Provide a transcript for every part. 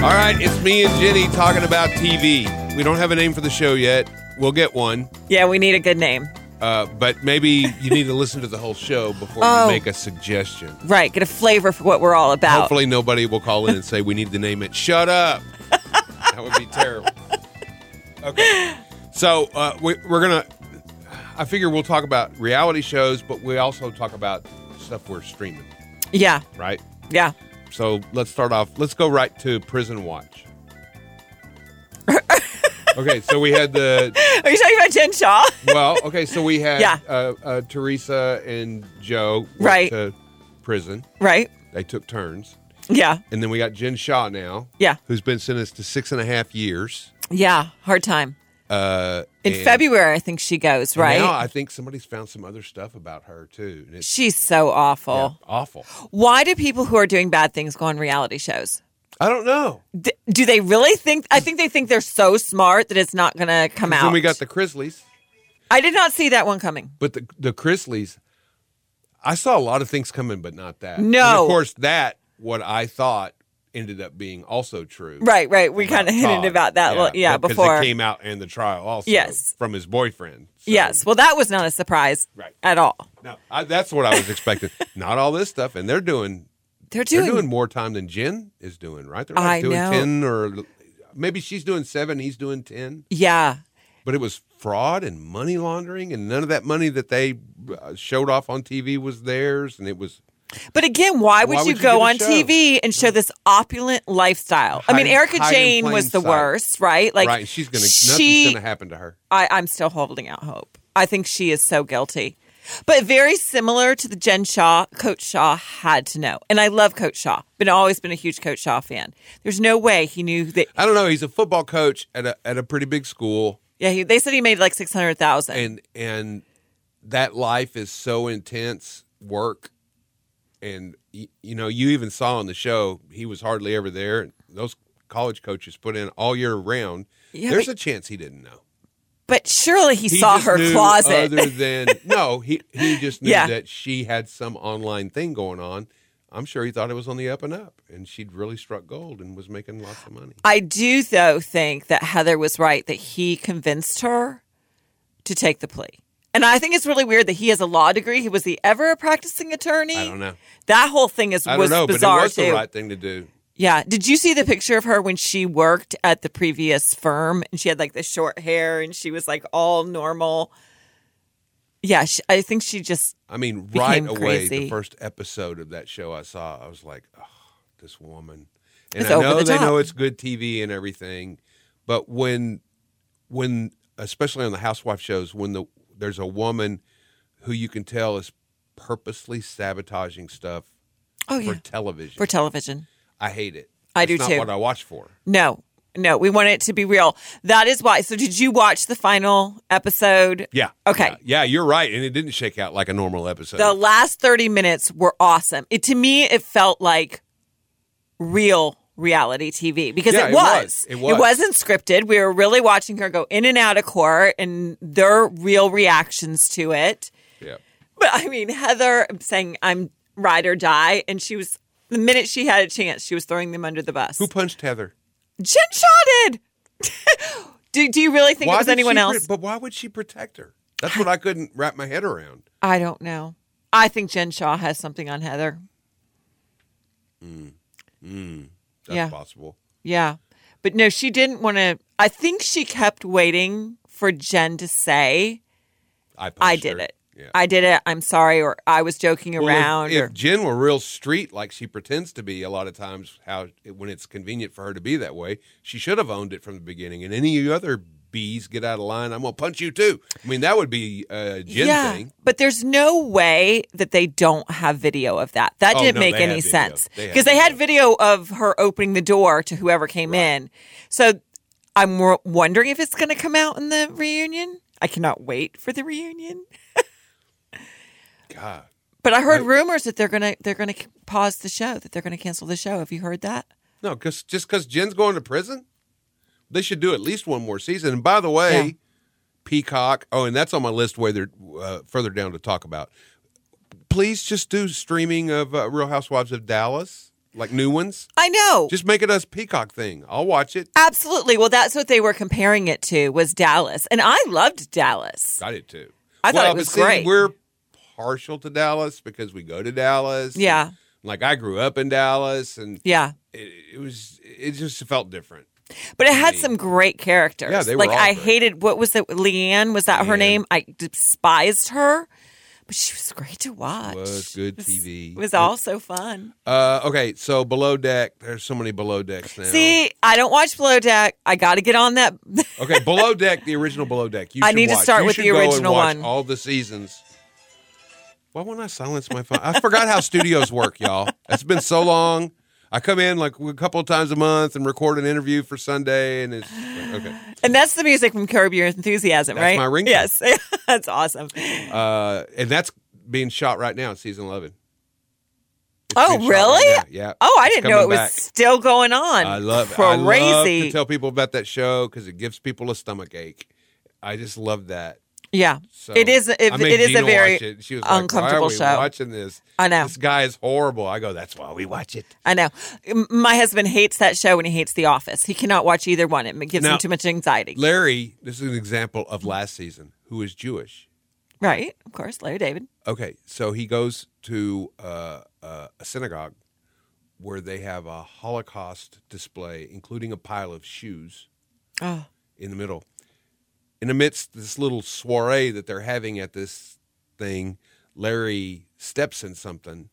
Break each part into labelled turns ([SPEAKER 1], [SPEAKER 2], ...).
[SPEAKER 1] All right, it's me and Jenny talking about TV. We don't have a name for the show yet. We'll get one,
[SPEAKER 2] Yeah, we need a good name.
[SPEAKER 1] uh, but maybe you need to listen to the whole show before
[SPEAKER 2] Oh.
[SPEAKER 1] you make a suggestion.
[SPEAKER 2] Right, get a flavor for what we're all about.
[SPEAKER 1] Hopefully, nobody will call in and say we need to name it. Shut up. that would be terrible. Okay, so uh, we, we're gonna. I figure we'll talk about reality shows, but we also talk about stuff we're streaming,
[SPEAKER 2] Yeah,
[SPEAKER 1] right?
[SPEAKER 2] yeah.
[SPEAKER 1] So let's start off. Let's go right to Prison Watch. okay, so we had the
[SPEAKER 2] Are you talking about Jen Shaw?
[SPEAKER 1] well. Okay, so we had
[SPEAKER 2] Yeah.
[SPEAKER 1] uh, uh, Teresa and Joe went
[SPEAKER 2] Right.
[SPEAKER 1] to prison.
[SPEAKER 2] right?
[SPEAKER 1] They took turns,
[SPEAKER 2] Yeah,
[SPEAKER 1] and then we got Jen Shaw now.
[SPEAKER 2] Yeah.
[SPEAKER 1] who's been sentenced to six and a half years.
[SPEAKER 2] yeah. Hard time.
[SPEAKER 1] Uh,
[SPEAKER 2] In
[SPEAKER 1] and
[SPEAKER 2] February, I think she goes, right?
[SPEAKER 1] Now I think somebody's found some other stuff about her too, and it's
[SPEAKER 2] She's so awful.
[SPEAKER 1] yeah, awful.
[SPEAKER 2] Why do people who are doing bad things go on reality shows?
[SPEAKER 1] I don't know.
[SPEAKER 2] D- do they really think? I think they think they're so smart that it's not going to come out.
[SPEAKER 1] Then we got the Grizzlies.
[SPEAKER 2] I did not see that one coming.
[SPEAKER 1] But the the Chrisleys, I saw a lot of things coming, but not that.
[SPEAKER 2] No.
[SPEAKER 1] And of course, that what I thought ended up being also true.
[SPEAKER 2] Right, right. We kind of
[SPEAKER 1] Todd.
[SPEAKER 2] hinted about that. Yeah, yeah
[SPEAKER 1] because
[SPEAKER 2] before.
[SPEAKER 1] it came out in the trial also.
[SPEAKER 2] Yes.
[SPEAKER 1] from his boyfriend. So,
[SPEAKER 2] yes. Well, that was not a surprise
[SPEAKER 1] Right.
[SPEAKER 2] at all.
[SPEAKER 1] no, I, that's what I was expecting. not all this stuff, and they're doing
[SPEAKER 2] They're doing,
[SPEAKER 1] they're doing more time than Jen is doing. Right? They're like
[SPEAKER 2] I
[SPEAKER 1] doing
[SPEAKER 2] know.
[SPEAKER 1] ten or maybe she's doing seven, he's doing ten.
[SPEAKER 2] yeah.
[SPEAKER 1] But it was fraud and money laundering, and none of that money that they uh, showed off on TV was theirs, and it was.
[SPEAKER 2] But again, why would,
[SPEAKER 1] Why
[SPEAKER 2] you
[SPEAKER 1] would you do
[SPEAKER 2] go
[SPEAKER 1] the
[SPEAKER 2] on
[SPEAKER 1] show?
[SPEAKER 2] TV and show this opulent lifestyle? I mean,
[SPEAKER 1] Hide-
[SPEAKER 2] Erica
[SPEAKER 1] hide in
[SPEAKER 2] Jane was
[SPEAKER 1] plain
[SPEAKER 2] the
[SPEAKER 1] sight.
[SPEAKER 2] worst, right? Like,
[SPEAKER 1] right. She's gonna
[SPEAKER 2] she-
[SPEAKER 1] nothing's gonna happen to her.
[SPEAKER 2] I, I'm still holding out hope. I think she is so guilty. But very similar to the Jen Shaw, Coach Shaw had to know. And I love Coach Shaw. Been always been a huge Coach Shaw fan. There's no way he knew that.
[SPEAKER 1] I don't know. He's a football coach at a at a pretty big school,
[SPEAKER 2] Yeah, he, they said he made like six hundred thousand.
[SPEAKER 1] and and that life is so intense work, and y- you know you even saw on the show he was hardly ever there. Those college coaches put in all year round.
[SPEAKER 2] Yeah,
[SPEAKER 1] There's
[SPEAKER 2] but-
[SPEAKER 1] a chance he didn't know.
[SPEAKER 2] But surely he,
[SPEAKER 1] He
[SPEAKER 2] saw
[SPEAKER 1] just
[SPEAKER 2] her
[SPEAKER 1] knew uh,
[SPEAKER 2] closet.
[SPEAKER 1] Other than no, he he just knew
[SPEAKER 2] Yeah.
[SPEAKER 1] that she had some online thing going on. I'm sure he thought it was on the up and up, and she'd really struck gold and was making lots of money.
[SPEAKER 2] I do though think that Heather was right that he convinced her to take the plea. And I think it's really weird that he has a law degree. He was he ever a practicing attorney?
[SPEAKER 1] I don't know.
[SPEAKER 2] That whole thing is
[SPEAKER 1] I
[SPEAKER 2] was
[SPEAKER 1] don't know,
[SPEAKER 2] bizarre
[SPEAKER 1] but it was
[SPEAKER 2] too.
[SPEAKER 1] the right thing to do.
[SPEAKER 2] Yeah. Did you see the picture of her when she worked at the previous firm and she had like the short hair and she was like all normal? Yeah, she, I think she just
[SPEAKER 1] I mean, right
[SPEAKER 2] Became
[SPEAKER 1] away, the
[SPEAKER 2] crazy.
[SPEAKER 1] first episode of that show I saw, I was like, oh, this woman. And
[SPEAKER 2] It's
[SPEAKER 1] I
[SPEAKER 2] over
[SPEAKER 1] know
[SPEAKER 2] the
[SPEAKER 1] they
[SPEAKER 2] top.
[SPEAKER 1] know it's good TV and everything, but when, when especially on the housewife shows, when the there's a woman who you can tell is purposely sabotaging stuff
[SPEAKER 2] oh yeah
[SPEAKER 1] for television,
[SPEAKER 2] for television.
[SPEAKER 1] I hate it.
[SPEAKER 2] I
[SPEAKER 1] It's
[SPEAKER 2] do
[SPEAKER 1] not
[SPEAKER 2] too.
[SPEAKER 1] What I watch for.
[SPEAKER 2] No, no, we want it to be real. That is why. So, did you watch the final episode?
[SPEAKER 1] Yeah.
[SPEAKER 2] Okay.
[SPEAKER 1] Yeah, Yeah, you're right, and it didn't shake out like a normal episode.
[SPEAKER 2] The last thirty minutes were awesome. It to me, it felt like real reality TV because
[SPEAKER 1] Yeah,
[SPEAKER 2] it,
[SPEAKER 1] it
[SPEAKER 2] was.
[SPEAKER 1] was. It was.
[SPEAKER 2] not scripted. We were really watching her go in and out of court and their real reactions to it.
[SPEAKER 1] yeah.
[SPEAKER 2] But I mean, Heather saying I'm ride or die, and she was the minute she had a chance, she was throwing them under the bus.
[SPEAKER 1] Who punched Heather?
[SPEAKER 2] Jen Shaw did. do, do you really think it was
[SPEAKER 1] did
[SPEAKER 2] anyone
[SPEAKER 1] she
[SPEAKER 2] else?
[SPEAKER 1] pre- but why would she protect her? That's what I couldn't wrap my head around.
[SPEAKER 2] I don't know. I think Jen Shaw has something on Heather.
[SPEAKER 1] That's
[SPEAKER 2] Yeah.
[SPEAKER 1] possible.
[SPEAKER 2] Yeah. But no, she didn't want to. I think she kept waiting for Jen to say,
[SPEAKER 1] I punched
[SPEAKER 2] I did
[SPEAKER 1] her.
[SPEAKER 2] it.
[SPEAKER 1] Yeah.
[SPEAKER 2] I did it. I'm sorry. Or I was joking
[SPEAKER 1] Well, if-
[SPEAKER 2] around.
[SPEAKER 1] If,
[SPEAKER 2] or,
[SPEAKER 1] Jen were real street like she pretends to be, a lot of times, how when it's convenient for her to be that way, she should have owned it from the beginning. And any other bees get out of line, I'm gonna punch you too. I mean, that would be a Jen
[SPEAKER 2] yeah.
[SPEAKER 1] thing.
[SPEAKER 2] But there's no way that they don't have video of that. That
[SPEAKER 1] Oh,
[SPEAKER 2] didn't
[SPEAKER 1] no,
[SPEAKER 2] make
[SPEAKER 1] they
[SPEAKER 2] any
[SPEAKER 1] had video.
[SPEAKER 2] sense.
[SPEAKER 1] They had
[SPEAKER 2] Because they, had video of her opening the door to whoever came in. So I'm wo- wondering if it's going to come out in the reunion. I cannot wait for the reunion.
[SPEAKER 1] God.
[SPEAKER 2] But I heard rumors that they're gonna they're gonna c- pause the show, that they're gonna cancel the show. Have you heard that?
[SPEAKER 1] No, because just because Jen's going to prison, they should do at least one more season. And by the way,
[SPEAKER 2] Yeah.
[SPEAKER 1] Peacock. Oh, and that's on my list. Whether uh, further down to talk about, please just do streaming of uh, Real Housewives of Dallas. like new ones.
[SPEAKER 2] I know.
[SPEAKER 1] Just make it a peacock thing. I'll watch it.
[SPEAKER 2] Absolutely. Well, that's what they were comparing it to was Dallas, and I loved Dallas.
[SPEAKER 1] I did too.
[SPEAKER 2] I thought
[SPEAKER 1] well,
[SPEAKER 2] it was
[SPEAKER 1] but see,
[SPEAKER 2] great.
[SPEAKER 1] We're partial to Dallas because we go to Dallas.
[SPEAKER 2] Yeah.
[SPEAKER 1] Like I grew up in Dallas, and
[SPEAKER 2] Yeah,
[SPEAKER 1] it, it was it just felt different.
[SPEAKER 2] but it had some great characters.
[SPEAKER 1] Yeah, they were
[SPEAKER 2] like
[SPEAKER 1] all
[SPEAKER 2] I
[SPEAKER 1] great.
[SPEAKER 2] hated what was it? Leanne was that her
[SPEAKER 1] Leanne.
[SPEAKER 2] name? I despised her, but she was great to watch.
[SPEAKER 1] Was good
[SPEAKER 2] It was-
[SPEAKER 1] TV.
[SPEAKER 2] It was all so fun.
[SPEAKER 1] Uh, okay, so below deck. There's so many below decks now.
[SPEAKER 2] See, I don't watch Below Deck. I got to get on that.
[SPEAKER 1] Okay, below deck. The original below deck. You
[SPEAKER 2] I
[SPEAKER 1] should
[SPEAKER 2] need to
[SPEAKER 1] watch.
[SPEAKER 2] start
[SPEAKER 1] You
[SPEAKER 2] with
[SPEAKER 1] should
[SPEAKER 2] the
[SPEAKER 1] go and
[SPEAKER 2] original
[SPEAKER 1] watch
[SPEAKER 2] one.
[SPEAKER 1] All the seasons. Why won't I silence my phone? I forgot how studios work, y'all. It's been so long. I come in like a couple of times a month and record an interview for Sunday, and it's like, okay.
[SPEAKER 2] and that's the music from Curb Your Enthusiasm,
[SPEAKER 1] That's
[SPEAKER 2] right?
[SPEAKER 1] my ringtone.
[SPEAKER 2] Yes, that's awesome.
[SPEAKER 1] Uh, and that's being shot right now, season eleven. It's
[SPEAKER 2] Oh,
[SPEAKER 1] being shot right
[SPEAKER 2] really?
[SPEAKER 1] now. yeah.
[SPEAKER 2] Oh, I
[SPEAKER 1] It's
[SPEAKER 2] didn't know it
[SPEAKER 1] coming
[SPEAKER 2] was
[SPEAKER 1] back.
[SPEAKER 2] still going on.
[SPEAKER 1] I love
[SPEAKER 2] crazy.
[SPEAKER 1] I love to tell people about that show because it gives people a stomach ache. I just love that.
[SPEAKER 2] yeah,
[SPEAKER 1] So
[SPEAKER 2] It is- it-
[SPEAKER 1] I made
[SPEAKER 2] it is a
[SPEAKER 1] Gina
[SPEAKER 2] very
[SPEAKER 1] watch it. She was
[SPEAKER 2] uncomfortable
[SPEAKER 1] like, Why are we
[SPEAKER 2] show."
[SPEAKER 1] Watching this,
[SPEAKER 2] I know.
[SPEAKER 1] this guy is horrible. I go, that's why we watch it.
[SPEAKER 2] I know. M- My husband hates that show and he hates The Office. He cannot watch either one. It gives
[SPEAKER 1] Now-
[SPEAKER 2] him too much anxiety.
[SPEAKER 1] Larry, this is an example of last season. Who is Jewish?
[SPEAKER 2] right? Of course, Larry David.
[SPEAKER 1] Okay, so he goes to uh, uh, a synagogue where they have a Holocaust display, including a pile of shoes.
[SPEAKER 2] Oh,
[SPEAKER 1] in the middle. And amidst this little soiree that they're having at this thing, Larry steps in something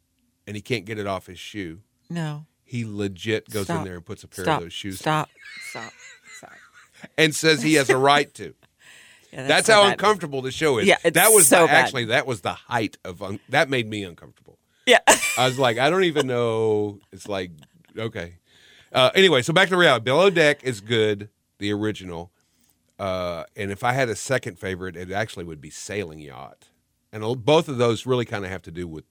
[SPEAKER 1] and he can't get it off his shoe.
[SPEAKER 2] no.
[SPEAKER 1] He legit goes in
[SPEAKER 2] Stop.
[SPEAKER 1] there and puts a pair
[SPEAKER 2] Stop.
[SPEAKER 1] of those shoes
[SPEAKER 2] Stop. Stop. Stop.
[SPEAKER 1] and says he has a right to.
[SPEAKER 2] Yeah,
[SPEAKER 1] That's,
[SPEAKER 2] so
[SPEAKER 1] how
[SPEAKER 2] bad.
[SPEAKER 1] uncomfortable the show is.
[SPEAKER 2] Yeah, it's
[SPEAKER 1] that was
[SPEAKER 2] so
[SPEAKER 1] the-
[SPEAKER 2] bad.
[SPEAKER 1] actually that was the height of un- that made me uncomfortable.
[SPEAKER 2] Yeah.
[SPEAKER 1] I was like, I don't even know. It's like, okay. Uh, anyway, so back to reality. Below Deck is good, the original. Uh, and if I had a second favorite, it actually would be Sailing Yacht. And a- both of those really kind of have to do with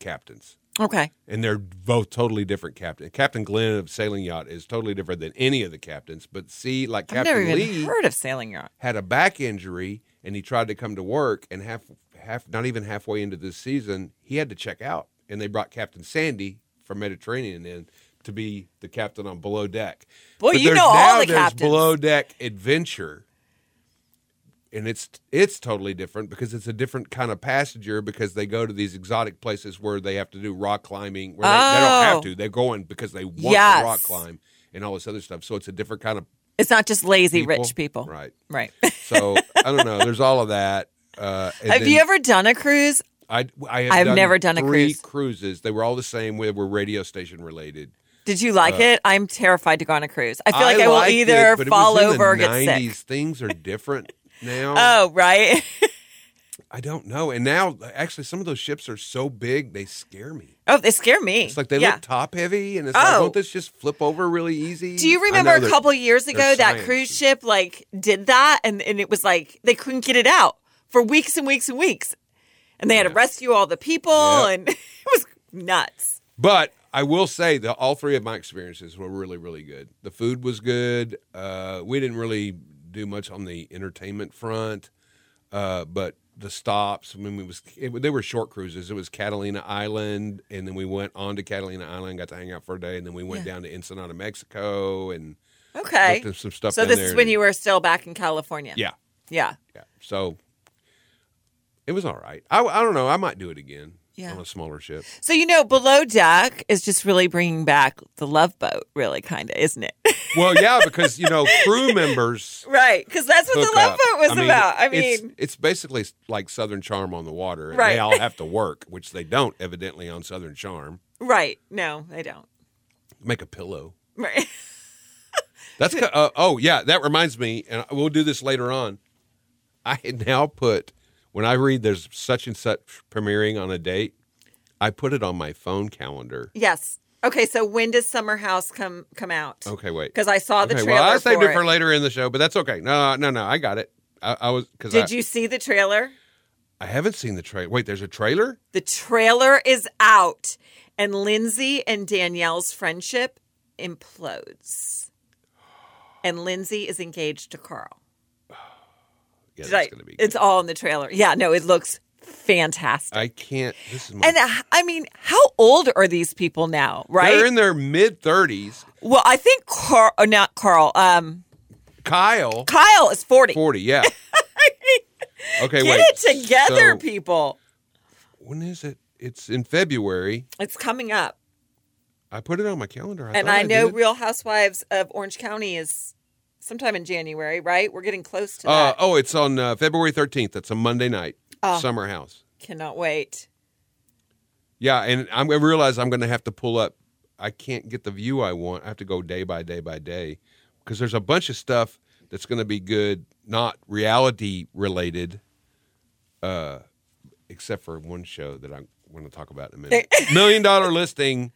[SPEAKER 1] captains.
[SPEAKER 2] okay.
[SPEAKER 1] And they're both totally different captains. Captain Glenn of Sailing Yacht is totally different than any of the captains. But see, like
[SPEAKER 2] I've never
[SPEAKER 1] Captain
[SPEAKER 2] even
[SPEAKER 1] Lee
[SPEAKER 2] heard of Sailing Yacht.
[SPEAKER 1] had a back injury and he tried to come to work and half half not even halfway into this season he had to check out and they brought captain sandy from mediterranean in to be the captain on below deck
[SPEAKER 2] Boy, you
[SPEAKER 1] there's
[SPEAKER 2] know all
[SPEAKER 1] now
[SPEAKER 2] the
[SPEAKER 1] there's
[SPEAKER 2] captains.
[SPEAKER 1] below deck adventure and it's it's totally different because it's a different kind of passenger because they go to these exotic places where they have to do rock climbing where they, they don't have
[SPEAKER 2] Oh.
[SPEAKER 1] to they're going because they want
[SPEAKER 2] Yes.
[SPEAKER 1] to rock climb and all this other stuff so it's a different kind of
[SPEAKER 2] It's not just lazy
[SPEAKER 1] people.
[SPEAKER 2] rich people.
[SPEAKER 1] right
[SPEAKER 2] Right.
[SPEAKER 1] so I don't know. There's all of that. Uh, and
[SPEAKER 2] Have
[SPEAKER 1] then
[SPEAKER 2] you ever done a cruise?
[SPEAKER 1] I, I have
[SPEAKER 2] I've never done a
[SPEAKER 1] three
[SPEAKER 2] cruise.
[SPEAKER 1] cruises. They were all the same. They were radio station related.
[SPEAKER 2] Did you like it? I'm terrified to go on a cruise. I feel like I, will
[SPEAKER 1] Uh, liked
[SPEAKER 2] either
[SPEAKER 1] it, but it was
[SPEAKER 2] fall
[SPEAKER 1] in the
[SPEAKER 2] over or get
[SPEAKER 1] 90s.
[SPEAKER 2] sick.
[SPEAKER 1] Things are different now.
[SPEAKER 2] Oh, right.
[SPEAKER 1] I don't know. And now, actually, some of those ships are so big they scare me.
[SPEAKER 2] oh, they scare me.
[SPEAKER 1] It's like they
[SPEAKER 2] yeah.
[SPEAKER 1] look top heavy, and it's like,
[SPEAKER 2] Oh.
[SPEAKER 1] won't this just flip over really easy?
[SPEAKER 2] Do you
[SPEAKER 1] I
[SPEAKER 2] remember
[SPEAKER 1] know
[SPEAKER 2] a
[SPEAKER 1] they're-
[SPEAKER 2] couple years ago
[SPEAKER 1] they're
[SPEAKER 2] that
[SPEAKER 1] science.
[SPEAKER 2] cruise ship like did that and, and it was like they couldn't get it out for weeks and weeks and weeks. And they had to
[SPEAKER 1] Yeah.
[SPEAKER 2] rescue all the people
[SPEAKER 1] Yeah.
[SPEAKER 2] and it was nuts.
[SPEAKER 1] But I will say that all three of my experiences were really, really good. The food was good. Uh, we didn't really do much on the entertainment front, uh, but the stops. I mean, it was it, they were short cruises. It was Catalina Island, and then we went on to Catalina Island, got to hang out for a day, and then we went
[SPEAKER 2] Yeah.
[SPEAKER 1] down to Ensenada, Mexico, and
[SPEAKER 2] Okay.
[SPEAKER 1] looked at some stuff.
[SPEAKER 2] So
[SPEAKER 1] in
[SPEAKER 2] this
[SPEAKER 1] there
[SPEAKER 2] is when
[SPEAKER 1] and-
[SPEAKER 2] you were still back in California.
[SPEAKER 1] yeah,
[SPEAKER 2] Yeah.
[SPEAKER 1] yeah. So it was all right. I, I don't know. I might do it again
[SPEAKER 2] Yeah.
[SPEAKER 1] on a smaller ship.
[SPEAKER 2] So you know, below deck is just really bringing back the love boat, really kind of, isn't it?
[SPEAKER 1] Well, yeah, because you know, crew members.
[SPEAKER 2] right? Because that's what the
[SPEAKER 1] hook
[SPEAKER 2] love
[SPEAKER 1] up.
[SPEAKER 2] boat was
[SPEAKER 1] I mean,
[SPEAKER 2] about. I
[SPEAKER 1] it's-
[SPEAKER 2] mean,
[SPEAKER 1] it's, basically like Southern Charm on the water. and They
[SPEAKER 2] Right.
[SPEAKER 1] all have to work, which they don't evidently on Southern Charm.
[SPEAKER 2] right? No, they don't.
[SPEAKER 1] Make a pillow.
[SPEAKER 2] Right?
[SPEAKER 1] That's ki- uh, oh yeah, that reminds me, and we'll do this later on. I had now put when I read there's such and such premiering on a date, I put it on my phone calendar.
[SPEAKER 2] yes. Okay. So when does Summer House come come out?
[SPEAKER 1] Okay, wait.
[SPEAKER 2] Because I saw the
[SPEAKER 1] okay,
[SPEAKER 2] trailer.
[SPEAKER 1] well, I saved
[SPEAKER 2] for
[SPEAKER 1] it for
[SPEAKER 2] it.
[SPEAKER 1] later in the show, but that's okay. No, no, no, I got it. I, I was because I,
[SPEAKER 2] Did you see the trailer?
[SPEAKER 1] I haven't seen the trailer. Wait, there's a trailer.
[SPEAKER 2] The trailer is out, and Lindsay and Danielle's friendship implodes. And Lindsay is engaged to Carl.
[SPEAKER 1] Yeah,
[SPEAKER 2] Did
[SPEAKER 1] that's
[SPEAKER 2] I-
[SPEAKER 1] gonna be.
[SPEAKER 2] It's all in the trailer. Yeah, no, it looks fantastic.
[SPEAKER 1] I can't. This is my.
[SPEAKER 2] and uh, I mean, how old are these people now, right?
[SPEAKER 1] They're in their mid thirties.
[SPEAKER 2] well, I think Carl, oh, not Carl, um,
[SPEAKER 1] Kyle,
[SPEAKER 2] Kyle is 40.
[SPEAKER 1] forty. Yeah. Okay.
[SPEAKER 2] Get
[SPEAKER 1] wait.
[SPEAKER 2] it together,
[SPEAKER 1] So,
[SPEAKER 2] people.
[SPEAKER 1] When is it? It's in February.
[SPEAKER 2] It's coming up.
[SPEAKER 1] I put it on my calendar. I
[SPEAKER 2] and
[SPEAKER 1] thought
[SPEAKER 2] I know
[SPEAKER 1] did.
[SPEAKER 2] Real Housewives of Orange County is sometime in January, right? We're getting close to
[SPEAKER 1] Uh,
[SPEAKER 2] that.
[SPEAKER 1] oh, it's on uh, February thirteenth. That's a Monday night.
[SPEAKER 2] Oh.
[SPEAKER 1] Summer House.
[SPEAKER 2] Cannot wait.
[SPEAKER 1] Yeah, and I'm gonna realize I'm gonna have to pull up. I can't get the view I want. I have to go day by day by day because there's a bunch of stuff that's gonna be good, not reality related, uh, except for one show that I want to talk about in a minute. Million Dollar Listing.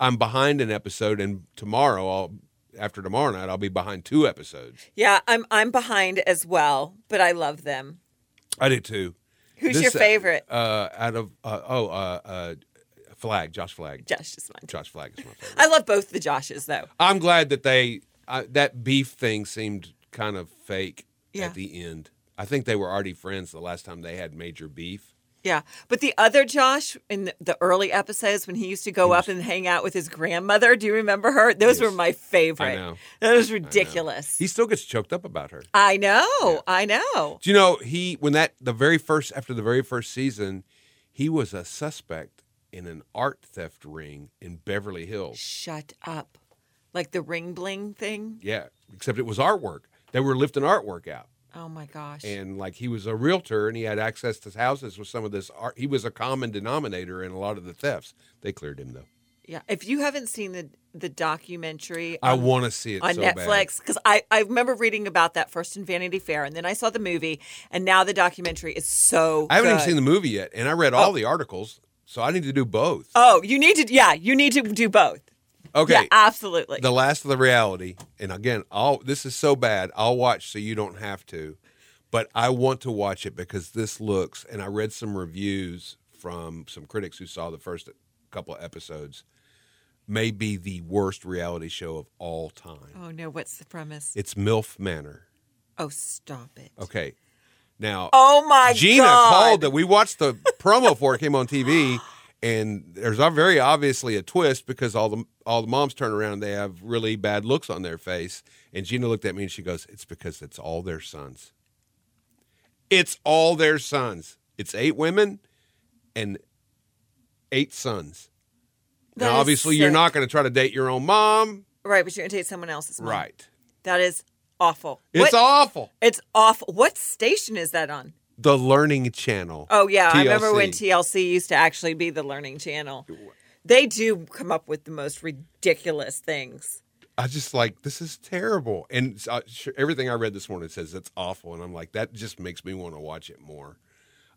[SPEAKER 1] I'm behind an episode, and tomorrow I'll after tomorrow night I'll be behind two episodes.
[SPEAKER 2] Yeah, I'm I'm behind as well, but I love them.
[SPEAKER 1] I did too.
[SPEAKER 2] Who's
[SPEAKER 1] This,
[SPEAKER 2] your
[SPEAKER 1] uh,
[SPEAKER 2] favorite?
[SPEAKER 1] Uh, out of uh, oh uh, uh, Flag, Josh Flag.
[SPEAKER 2] Josh is mine.
[SPEAKER 1] Josh Flag is my favorite.
[SPEAKER 2] I love both the Joshes though.
[SPEAKER 1] I'm glad that they uh, that beef thing seemed kind of fake
[SPEAKER 2] Yeah.
[SPEAKER 1] at the end. I think they were already friends the last time they had major beef.
[SPEAKER 2] Yeah, but the other Josh in the- the early episodes when he used to go up and hang out with his grandmother, do you remember her? Those were my favorite.
[SPEAKER 1] I know.
[SPEAKER 2] That was ridiculous.
[SPEAKER 1] He still gets choked up about her.
[SPEAKER 2] I know. I know.
[SPEAKER 1] Do you know he when that the very first after the very first season, he was a suspect in an art theft ring in Beverly Hills.
[SPEAKER 2] Shut up. Like the ring bling thing.
[SPEAKER 1] Yeah, except it was artwork. They were lifting artwork out.
[SPEAKER 2] Oh my gosh.
[SPEAKER 1] and like he was a realtor and he had access to houses with some of this art. He was a common denominator in a lot of the thefts. They cleared him though.
[SPEAKER 2] Yeah, if you haven't seen the the documentary
[SPEAKER 1] I
[SPEAKER 2] on,
[SPEAKER 1] want to see it
[SPEAKER 2] Um, on
[SPEAKER 1] so bad.
[SPEAKER 2] Netflix, because I I remember reading about that first in Vanity Fair, and then I saw the movie, and now the documentary is so.
[SPEAKER 1] I haven't even
[SPEAKER 2] good.
[SPEAKER 1] seen the movie yet, and I read all the articles, so I need to do both.
[SPEAKER 2] Oh, you need to. Yeah, you need to do both.
[SPEAKER 1] Okay,
[SPEAKER 2] Oh, Yeah, absolutely.
[SPEAKER 1] the last of the reality, and again, I'll this is so bad. I'll watch so you don't have to, but I want to watch it because this looks. And I read some reviews from some critics who saw the first couple of episodes. May be the worst reality show of all time.
[SPEAKER 2] oh no, what's the premise?
[SPEAKER 1] It's MILF Manor.
[SPEAKER 2] oh, stop it.
[SPEAKER 1] Okay. Now,
[SPEAKER 2] Oh my
[SPEAKER 1] Gina
[SPEAKER 2] God.
[SPEAKER 1] called that. We watched the promo for it came on TV, and there's a very obviously a twist because all the all the moms turn around and they have really bad looks on their face. And Gina looked at me and she goes, "It's because it's all their sons. It's all their sons. It's eight women and eight sons.
[SPEAKER 2] That
[SPEAKER 1] now,
[SPEAKER 2] is
[SPEAKER 1] obviously, you're
[SPEAKER 2] sick.
[SPEAKER 1] not going to try to date your own mom,
[SPEAKER 2] right, but you're gonna date someone else's. mom.
[SPEAKER 1] right?
[SPEAKER 2] That is awful.
[SPEAKER 1] It's
[SPEAKER 2] What-
[SPEAKER 1] awful.
[SPEAKER 2] It's awful. What station is that on?
[SPEAKER 1] The Learning Channel.
[SPEAKER 2] Oh yeah, I remember when
[SPEAKER 1] TLC.
[SPEAKER 2] TLC used to actually be the learning channel. They do come up with the most ridiculous things.
[SPEAKER 1] I just like this is terrible, and uh, sure, everything I read this morning says it's awful, and I'm like that just makes me want to watch it more.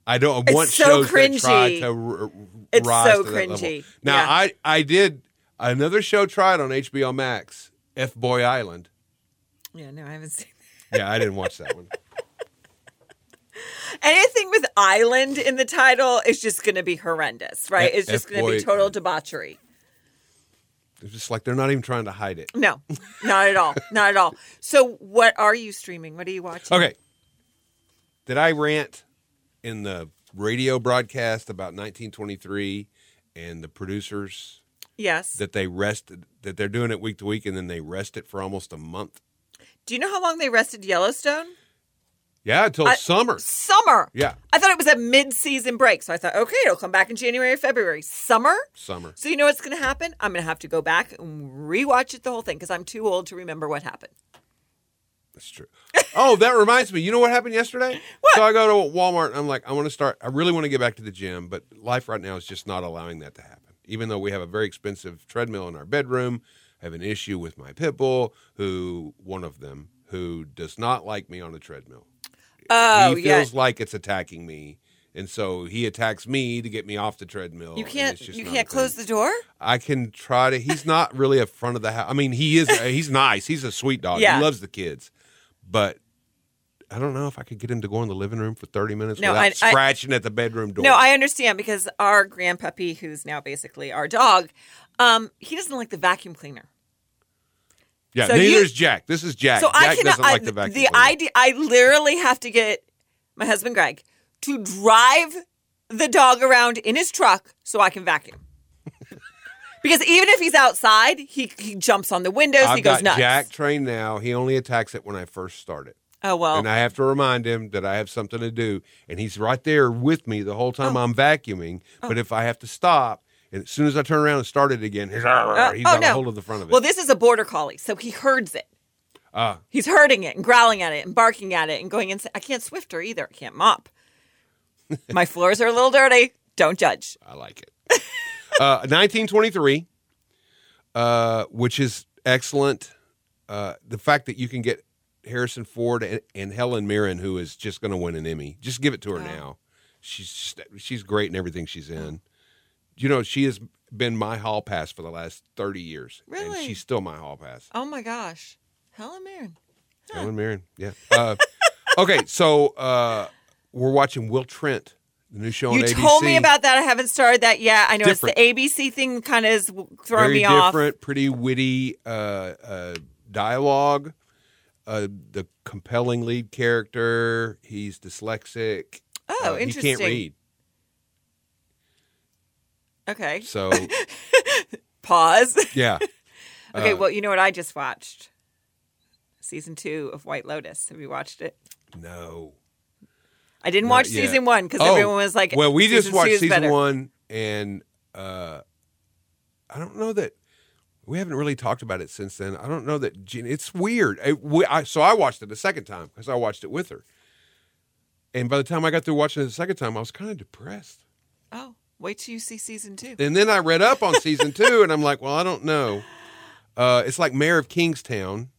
[SPEAKER 1] I don't
[SPEAKER 2] It's
[SPEAKER 1] want
[SPEAKER 2] so
[SPEAKER 1] shows that try
[SPEAKER 2] cringy.
[SPEAKER 1] to r- r-
[SPEAKER 2] It's
[SPEAKER 1] rise
[SPEAKER 2] so
[SPEAKER 1] to that level.
[SPEAKER 2] cringy.
[SPEAKER 1] Now
[SPEAKER 2] Yeah.
[SPEAKER 1] I I did another show tried on HBO Max, F Boy Island.
[SPEAKER 2] Yeah, no, I haven't seen
[SPEAKER 1] Yeah, I didn't watch that one.
[SPEAKER 2] anything with island in the title is just going to be horrendous, right?
[SPEAKER 1] F-
[SPEAKER 2] It's just going to be
[SPEAKER 1] F-boy. uh,
[SPEAKER 2] total debauchery.
[SPEAKER 1] It's just like they're not even trying to hide it.
[SPEAKER 2] No, not at all, not at all. So, what are you streaming? What are you watching?
[SPEAKER 1] Okay, did I rant in the radio broadcast about 1923 and the producers?
[SPEAKER 2] Yes.
[SPEAKER 1] that they rested that they're doing it week to week and then they rest it for almost a month.
[SPEAKER 2] do you know how long they rested Yellowstone?
[SPEAKER 1] Yeah, until
[SPEAKER 2] I-
[SPEAKER 1] summer.
[SPEAKER 2] Summer.
[SPEAKER 1] Yeah,
[SPEAKER 2] I thought it was a mid-season break, so I thought, okay, it'll come back in January or February. Summer.
[SPEAKER 1] summer.
[SPEAKER 2] So you know what's going to happen? I'm going to have to go back and rewatch it the whole thing because I'm too old to remember what happened.
[SPEAKER 1] That's true. Oh, that reminds me. You know what happened yesterday? What? So I go to Walmart and I'm like, I want to start. I really want to get back to the gym, but life right now is just not allowing that to happen. Even though we have a very expensive treadmill in our bedroom, I have an issue with my pit bull, who one of them who does not like me on a treadmill.
[SPEAKER 2] Oh
[SPEAKER 1] he
[SPEAKER 2] yeah,
[SPEAKER 1] feels like it's attacking me, and so he attacks me to get me off the treadmill.
[SPEAKER 2] you
[SPEAKER 1] and
[SPEAKER 2] can't
[SPEAKER 1] it's just
[SPEAKER 2] you
[SPEAKER 1] not a
[SPEAKER 2] can't
[SPEAKER 1] thing.
[SPEAKER 2] close the door.
[SPEAKER 1] I can try to. He's not really a front of the house. I mean, he is. He's nice. He's a sweet dog.
[SPEAKER 2] Yeah.
[SPEAKER 1] He loves the kids, but I don't know if I could get him to go in the living room for thirty minutes
[SPEAKER 2] No,
[SPEAKER 1] without
[SPEAKER 2] I- I-
[SPEAKER 1] scratching at the bedroom door.
[SPEAKER 2] No, I understand because our grandpuppy, who's now basically our dog, um, he doesn't like the vacuum cleaner.
[SPEAKER 1] yeah,
[SPEAKER 2] so
[SPEAKER 1] neither's neither
[SPEAKER 2] you-
[SPEAKER 1] is Jack. This is Jack.
[SPEAKER 2] So
[SPEAKER 1] Jack
[SPEAKER 2] I cannot.
[SPEAKER 1] doesn't like
[SPEAKER 2] I,
[SPEAKER 1] the vacuum.
[SPEAKER 2] the
[SPEAKER 1] cleaner.
[SPEAKER 2] idea, I literally have to get my husband Greg to drive the dog around in his truck so I can vacuum. because even if he's outside, he, he jumps on the windows.
[SPEAKER 1] I've
[SPEAKER 2] he goes
[SPEAKER 1] got
[SPEAKER 2] nuts.
[SPEAKER 1] Jack trained now. He only attacks it when I first start it.
[SPEAKER 2] oh well.
[SPEAKER 1] And I have to remind him that I have something to do. And he's right there with me the whole
[SPEAKER 2] Oh.
[SPEAKER 1] time I'm vacuuming. But if I have to stop, and as soon as I turn around and start it again, he's, he's
[SPEAKER 2] oh,
[SPEAKER 1] on
[SPEAKER 2] no.
[SPEAKER 1] hold of the front of it.
[SPEAKER 2] well, this is a border collie, so he herds it.
[SPEAKER 1] Ah.
[SPEAKER 2] He's herding it and growling at it and barking at it and going inside. I can't swifter either. I can't mop. My floors are a little dirty. Don't judge.
[SPEAKER 1] I like it. uh, 1923, uh, which is excellent. Uh, the fact that you can get Harrison Ford and, and Helen Mirren, who is just going to win an Emmy, just give it to her now. She's just, she's great in everything she's in. You know, she has been my hall pass for the last 30 years.
[SPEAKER 2] Really?
[SPEAKER 1] And she's still my hall pass.
[SPEAKER 2] Oh my gosh, Helen Mirren.
[SPEAKER 1] Helen Mirren, yeah. Uh, okay, so uh, we're watching Will Trent, the new show on
[SPEAKER 2] You
[SPEAKER 1] ABC.
[SPEAKER 2] told me about that. I haven't started that yet. I know
[SPEAKER 1] Different.
[SPEAKER 2] it's the ABC thing kind of is w- throwing
[SPEAKER 1] very
[SPEAKER 2] me
[SPEAKER 1] different, pretty witty uh, uh, dialogue. Uh, the compelling lead character. He's dyslexic.
[SPEAKER 2] off. Oh,
[SPEAKER 1] Uh,
[SPEAKER 2] interesting.
[SPEAKER 1] He can't read,
[SPEAKER 2] Okay.
[SPEAKER 1] so
[SPEAKER 2] Pause.
[SPEAKER 1] yeah.
[SPEAKER 2] okay.
[SPEAKER 1] Uh,
[SPEAKER 2] well, you know what I just watched? Season two of White Lotus. Have you watched it?
[SPEAKER 1] No.
[SPEAKER 2] I didn't
[SPEAKER 1] Not
[SPEAKER 2] watch
[SPEAKER 1] yet.
[SPEAKER 2] season one because
[SPEAKER 1] Oh,
[SPEAKER 2] everyone was like,
[SPEAKER 1] Well, we
[SPEAKER 2] season
[SPEAKER 1] just
[SPEAKER 2] two
[SPEAKER 1] watched
[SPEAKER 2] is
[SPEAKER 1] season
[SPEAKER 2] better.
[SPEAKER 1] one, and uh, I don't know that we haven't really talked about it since then. I don't know that Gina, it's weird. It- we- I- so I watched it a second time because I watched it with her, and by the time I got through watching it the second time, I was kind of depressed.
[SPEAKER 2] Oh, wait till you see season two.
[SPEAKER 1] And then I read up on season two, and I'm like, well, I don't know. Uh, it's like Mayor of Kingstown.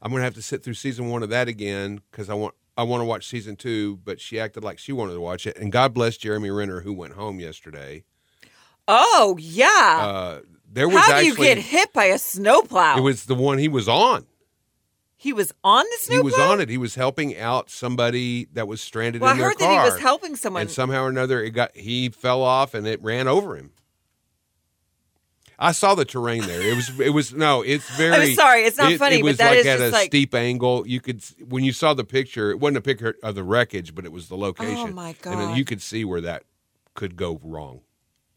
[SPEAKER 1] I'm gonna have to sit through season one of that again because I want I want to watch season two. But she acted like she wanted to watch it, and God bless Jeremy Renner who went home yesterday.
[SPEAKER 2] Oh yeah.
[SPEAKER 1] Uh, there was
[SPEAKER 2] How do
[SPEAKER 1] actually
[SPEAKER 2] you get hit by a snowplow?
[SPEAKER 1] it was the one he was on.
[SPEAKER 2] he was on the
[SPEAKER 1] He
[SPEAKER 2] snowplow.
[SPEAKER 1] was on it. He was helping out somebody that was stranded
[SPEAKER 2] Well, I
[SPEAKER 1] in their
[SPEAKER 2] heard
[SPEAKER 1] car.
[SPEAKER 2] that he was helping someone.
[SPEAKER 1] and somehow or another it got he fell off and it ran over him. I saw the terrain there. It was it was no, it's very
[SPEAKER 2] sorry, it's not
[SPEAKER 1] it,
[SPEAKER 2] funny,
[SPEAKER 1] it
[SPEAKER 2] but
[SPEAKER 1] was
[SPEAKER 2] that
[SPEAKER 1] like
[SPEAKER 2] is
[SPEAKER 1] at a
[SPEAKER 2] just like-
[SPEAKER 1] steep angle. You could s- when you saw the picture, it wasn't a picture of the wreckage, but it was the location.
[SPEAKER 2] Oh, my
[SPEAKER 1] And then
[SPEAKER 2] God.
[SPEAKER 1] you could see where that could go wrong.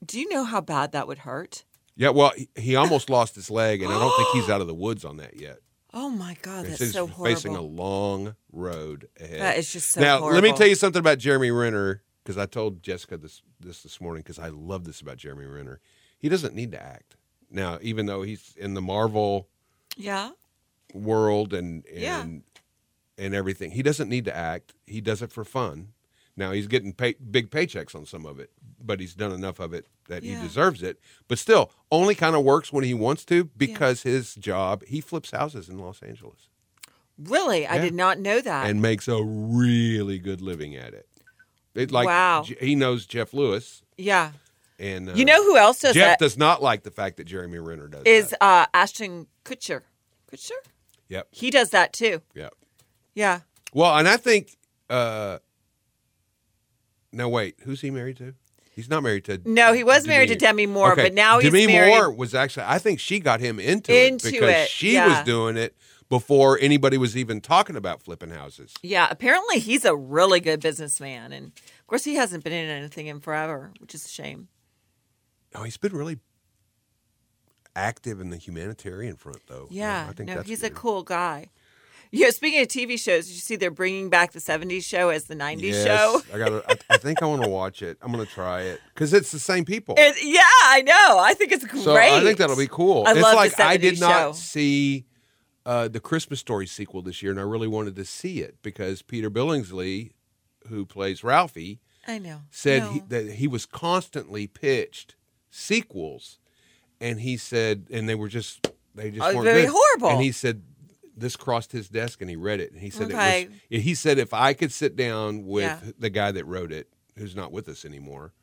[SPEAKER 2] Do you know how bad that would hurt?
[SPEAKER 1] Yeah, well, he, he almost lost his leg and I don't think he's out of the woods on that yet.
[SPEAKER 2] Oh my god,
[SPEAKER 1] They
[SPEAKER 2] that's
[SPEAKER 1] said
[SPEAKER 2] so
[SPEAKER 1] he's
[SPEAKER 2] horrible.
[SPEAKER 1] facing a long road ahead.
[SPEAKER 2] That is just so
[SPEAKER 1] now, let me
[SPEAKER 2] horrible.
[SPEAKER 1] tell you something about Jeremy Renner because I told Jessica this this this morning because I love this about Jeremy Renner. He doesn't need to act now, even though he's in the Marvel
[SPEAKER 2] Yeah.
[SPEAKER 1] world and and
[SPEAKER 2] Yeah.
[SPEAKER 1] and everything. He doesn't need to act. He does it for fun. Now he's getting pay, big paychecks on some of it, but he's done enough of it that
[SPEAKER 2] Yeah.
[SPEAKER 1] he deserves it. But still, only kind of works when he wants to because his job. He flips houses in Los Angeles
[SPEAKER 2] Really? I
[SPEAKER 1] Yeah.
[SPEAKER 2] did not know that.
[SPEAKER 1] and makes a really good living at it. It like
[SPEAKER 2] Wow.
[SPEAKER 1] J- he knows Jeff Lewis
[SPEAKER 2] yeah.
[SPEAKER 1] and uh,
[SPEAKER 2] You know who else does
[SPEAKER 1] Jeff
[SPEAKER 2] that?
[SPEAKER 1] does not like the fact that Jeremy Renner does
[SPEAKER 2] Is
[SPEAKER 1] that.
[SPEAKER 2] uh, Ashton Kutcher. Kutcher?
[SPEAKER 1] Yep,
[SPEAKER 2] He does that too.
[SPEAKER 1] yep.
[SPEAKER 2] Yeah.
[SPEAKER 1] Well, and I think uh no wait, who's he married to? He's not married to
[SPEAKER 2] No, he was married to
[SPEAKER 1] Demi.
[SPEAKER 2] Demi Moore,
[SPEAKER 1] Okay,
[SPEAKER 2] but now he's
[SPEAKER 1] Demi
[SPEAKER 2] married.
[SPEAKER 1] Moore was actually I think she got him into,
[SPEAKER 2] Into
[SPEAKER 1] it because
[SPEAKER 2] it,
[SPEAKER 1] she
[SPEAKER 2] yeah.
[SPEAKER 1] was doing it before anybody was even talking about flipping houses.
[SPEAKER 2] Yeah, apparently he's a really good businessman, and of course he hasn't been in anything in forever, which is a shame.
[SPEAKER 1] No, he's been really active in the humanitarian front, though.
[SPEAKER 2] Yeah, no,
[SPEAKER 1] that's
[SPEAKER 2] he's a
[SPEAKER 1] good.
[SPEAKER 2] cool guy. Yeah, speaking of TV shows, did you see they're bringing back the '70s show as the '90s
[SPEAKER 1] Yes,
[SPEAKER 2] show?
[SPEAKER 1] I got. I, I think I want to watch it. I'm going to try it because it's the same people.
[SPEAKER 2] It, yeah, I know. I think it's great.
[SPEAKER 1] so I think that'll be cool.
[SPEAKER 2] I
[SPEAKER 1] it's
[SPEAKER 2] love the
[SPEAKER 1] like I did
[SPEAKER 2] 70s
[SPEAKER 1] not
[SPEAKER 2] show.
[SPEAKER 1] see uh, the Christmas Story sequel this year, and I really wanted to see it because Peter Billingsley, who plays Ralphie,
[SPEAKER 2] I know.
[SPEAKER 1] said
[SPEAKER 2] No.
[SPEAKER 1] he, that he was constantly pitched sequels, and he said, and they were just they just
[SPEAKER 2] Oh,
[SPEAKER 1] weren't
[SPEAKER 2] very
[SPEAKER 1] good.
[SPEAKER 2] horrible.
[SPEAKER 1] And he said this crossed his desk, and he read it, and he said
[SPEAKER 2] Okay.
[SPEAKER 1] it was. He said if I could sit down with
[SPEAKER 2] Yeah.
[SPEAKER 1] the guy that wrote it, who's not with us anymore,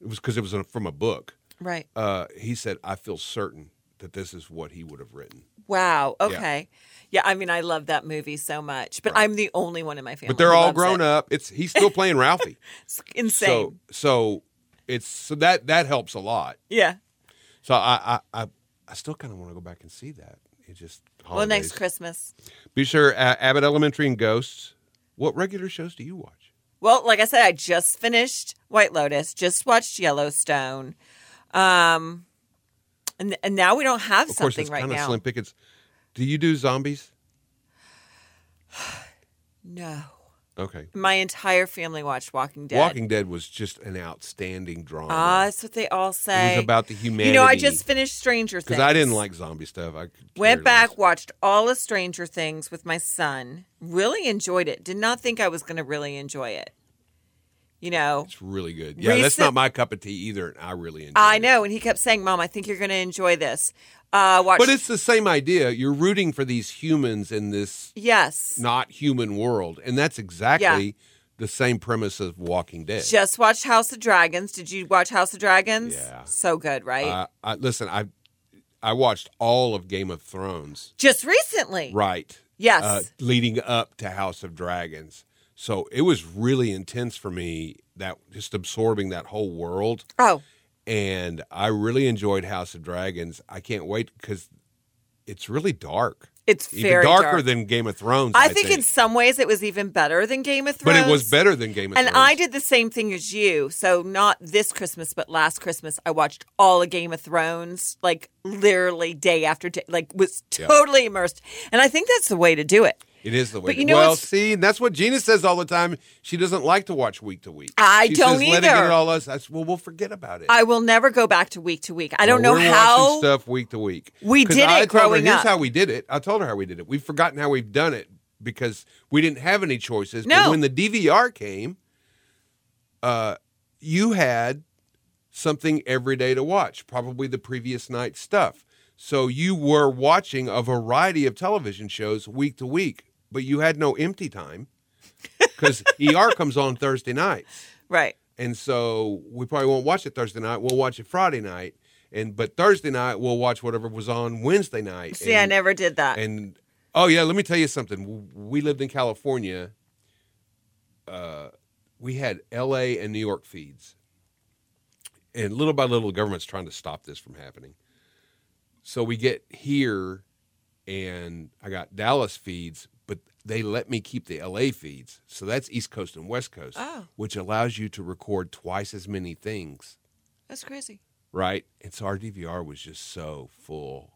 [SPEAKER 1] it was because it was from a book.
[SPEAKER 2] right.
[SPEAKER 1] Uh, he said I feel certain that this is what he would have written.
[SPEAKER 2] Wow. Okay. Yeah. I mean, I love that movie so much, but I'm the only one in my family.
[SPEAKER 1] But they're
[SPEAKER 2] who
[SPEAKER 1] all
[SPEAKER 2] loves
[SPEAKER 1] grown
[SPEAKER 2] it.
[SPEAKER 1] up. It's he's still playing Ralphie.
[SPEAKER 2] It's insane.
[SPEAKER 1] so so it's so that that helps a lot.
[SPEAKER 2] yeah.
[SPEAKER 1] So I I I, I still kind of want to go back and see that. It just holidays.
[SPEAKER 2] Well, next Christmas.
[SPEAKER 1] Be sure uh, Abbott Elementary and Ghosts. What regular shows do you watch?
[SPEAKER 2] Well, like I said, I just finished White Lotus, just watched Yellowstone. Um, and, and now we don't have
[SPEAKER 1] Of course,
[SPEAKER 2] something
[SPEAKER 1] it's
[SPEAKER 2] right
[SPEAKER 1] kind of
[SPEAKER 2] now.
[SPEAKER 1] slim pickings. Do you do zombies?
[SPEAKER 2] No.
[SPEAKER 1] Okay.
[SPEAKER 2] My entire family watched Walking Dead.
[SPEAKER 1] Walking Dead was just an outstanding drama.
[SPEAKER 2] Ah, that's what they all say.
[SPEAKER 1] it was about the humanity.
[SPEAKER 2] You know, I just finished Stranger Things.
[SPEAKER 1] because I didn't like zombie stuff. I could
[SPEAKER 2] Went
[SPEAKER 1] care
[SPEAKER 2] back,
[SPEAKER 1] less.
[SPEAKER 2] watched all of Stranger Things with my son. Really enjoyed it. Did not think I was going to really enjoy it. You know,
[SPEAKER 1] It's really good. Yeah, that's
[SPEAKER 2] Recent-
[SPEAKER 1] not my cup of tea either. And I really enjoy.
[SPEAKER 2] I
[SPEAKER 1] it.
[SPEAKER 2] know. And he kept saying, "Mom, I think you're going to enjoy this." Uh, watch.
[SPEAKER 1] but it's the same idea. You're rooting for these humans in this
[SPEAKER 2] yes.
[SPEAKER 1] not human world, and that's exactly the same premise of Walking Dead.
[SPEAKER 2] Just watched House of Dragons. Did you watch House of Dragons?
[SPEAKER 1] Yeah. Uh,
[SPEAKER 2] So good, right?
[SPEAKER 1] I, I, listen, I I watched all of Game of Thrones.
[SPEAKER 2] Just recently.
[SPEAKER 1] Right.
[SPEAKER 2] Yes.
[SPEAKER 1] Uh, leading up to House of Dragons. So it was really intense for me that just absorbing that whole world.
[SPEAKER 2] Oh,
[SPEAKER 1] And I really enjoyed House of Dragons. I can't wait because it's really dark.
[SPEAKER 2] it's
[SPEAKER 1] Even
[SPEAKER 2] very
[SPEAKER 1] darker
[SPEAKER 2] dark.
[SPEAKER 1] than Game of Thrones. I,
[SPEAKER 2] I think in some ways it was even better than Game of
[SPEAKER 1] But
[SPEAKER 2] Thrones.
[SPEAKER 1] it was better than Game of
[SPEAKER 2] And
[SPEAKER 1] Thrones.
[SPEAKER 2] I did the same thing as you. So not this Christmas, but last Christmas, I watched all of Game of Thrones, like literally day after day, like was
[SPEAKER 1] Yeah.
[SPEAKER 2] totally immersed. And I think that's the way to do it.
[SPEAKER 1] It is the way.
[SPEAKER 2] But
[SPEAKER 1] to-
[SPEAKER 2] you know
[SPEAKER 1] well,
[SPEAKER 2] what's-
[SPEAKER 1] see, and that's what Gina says all the time. She doesn't like to watch week to week.
[SPEAKER 2] I
[SPEAKER 1] she
[SPEAKER 2] don't
[SPEAKER 1] says, Let it get
[SPEAKER 2] either.
[SPEAKER 1] it all us. I said, well, we'll forget about it.
[SPEAKER 2] I will never go back to week to week. I don't
[SPEAKER 1] Well,
[SPEAKER 2] know
[SPEAKER 1] we're
[SPEAKER 2] how.
[SPEAKER 1] watching stuff week to week.
[SPEAKER 2] we
[SPEAKER 1] 'Cause
[SPEAKER 2] did it
[SPEAKER 1] I told
[SPEAKER 2] growing
[SPEAKER 1] her, Here's
[SPEAKER 2] up."
[SPEAKER 1] how we did it. I told her how we did it. We've forgotten how we've done it because we didn't have any choices.
[SPEAKER 2] No.
[SPEAKER 1] But when the DVR came, uh, you had something every day to watch, probably the previous night's stuff. So you were watching a variety of television shows week to week, but you had no empty time because ER comes on Thursday nights
[SPEAKER 2] Right.
[SPEAKER 1] and so we probably won't watch it Thursday night. We'll watch it Friday night, and but Thursday night we'll watch whatever was on Wednesday night.
[SPEAKER 2] See,
[SPEAKER 1] and,
[SPEAKER 2] I never did that.
[SPEAKER 1] And oh yeah, let me tell you something. We lived in California. Uh, we had L.A. and New York feeds, and little by little, the government's trying to stop this from happening. So we get here, and I got Dallas feeds, but they let me keep the LA feeds. So that's East Coast and West Coast,
[SPEAKER 2] Oh.
[SPEAKER 1] which allows you to record twice as many things,
[SPEAKER 2] that's crazy.
[SPEAKER 1] right? And so our DVR was just so full.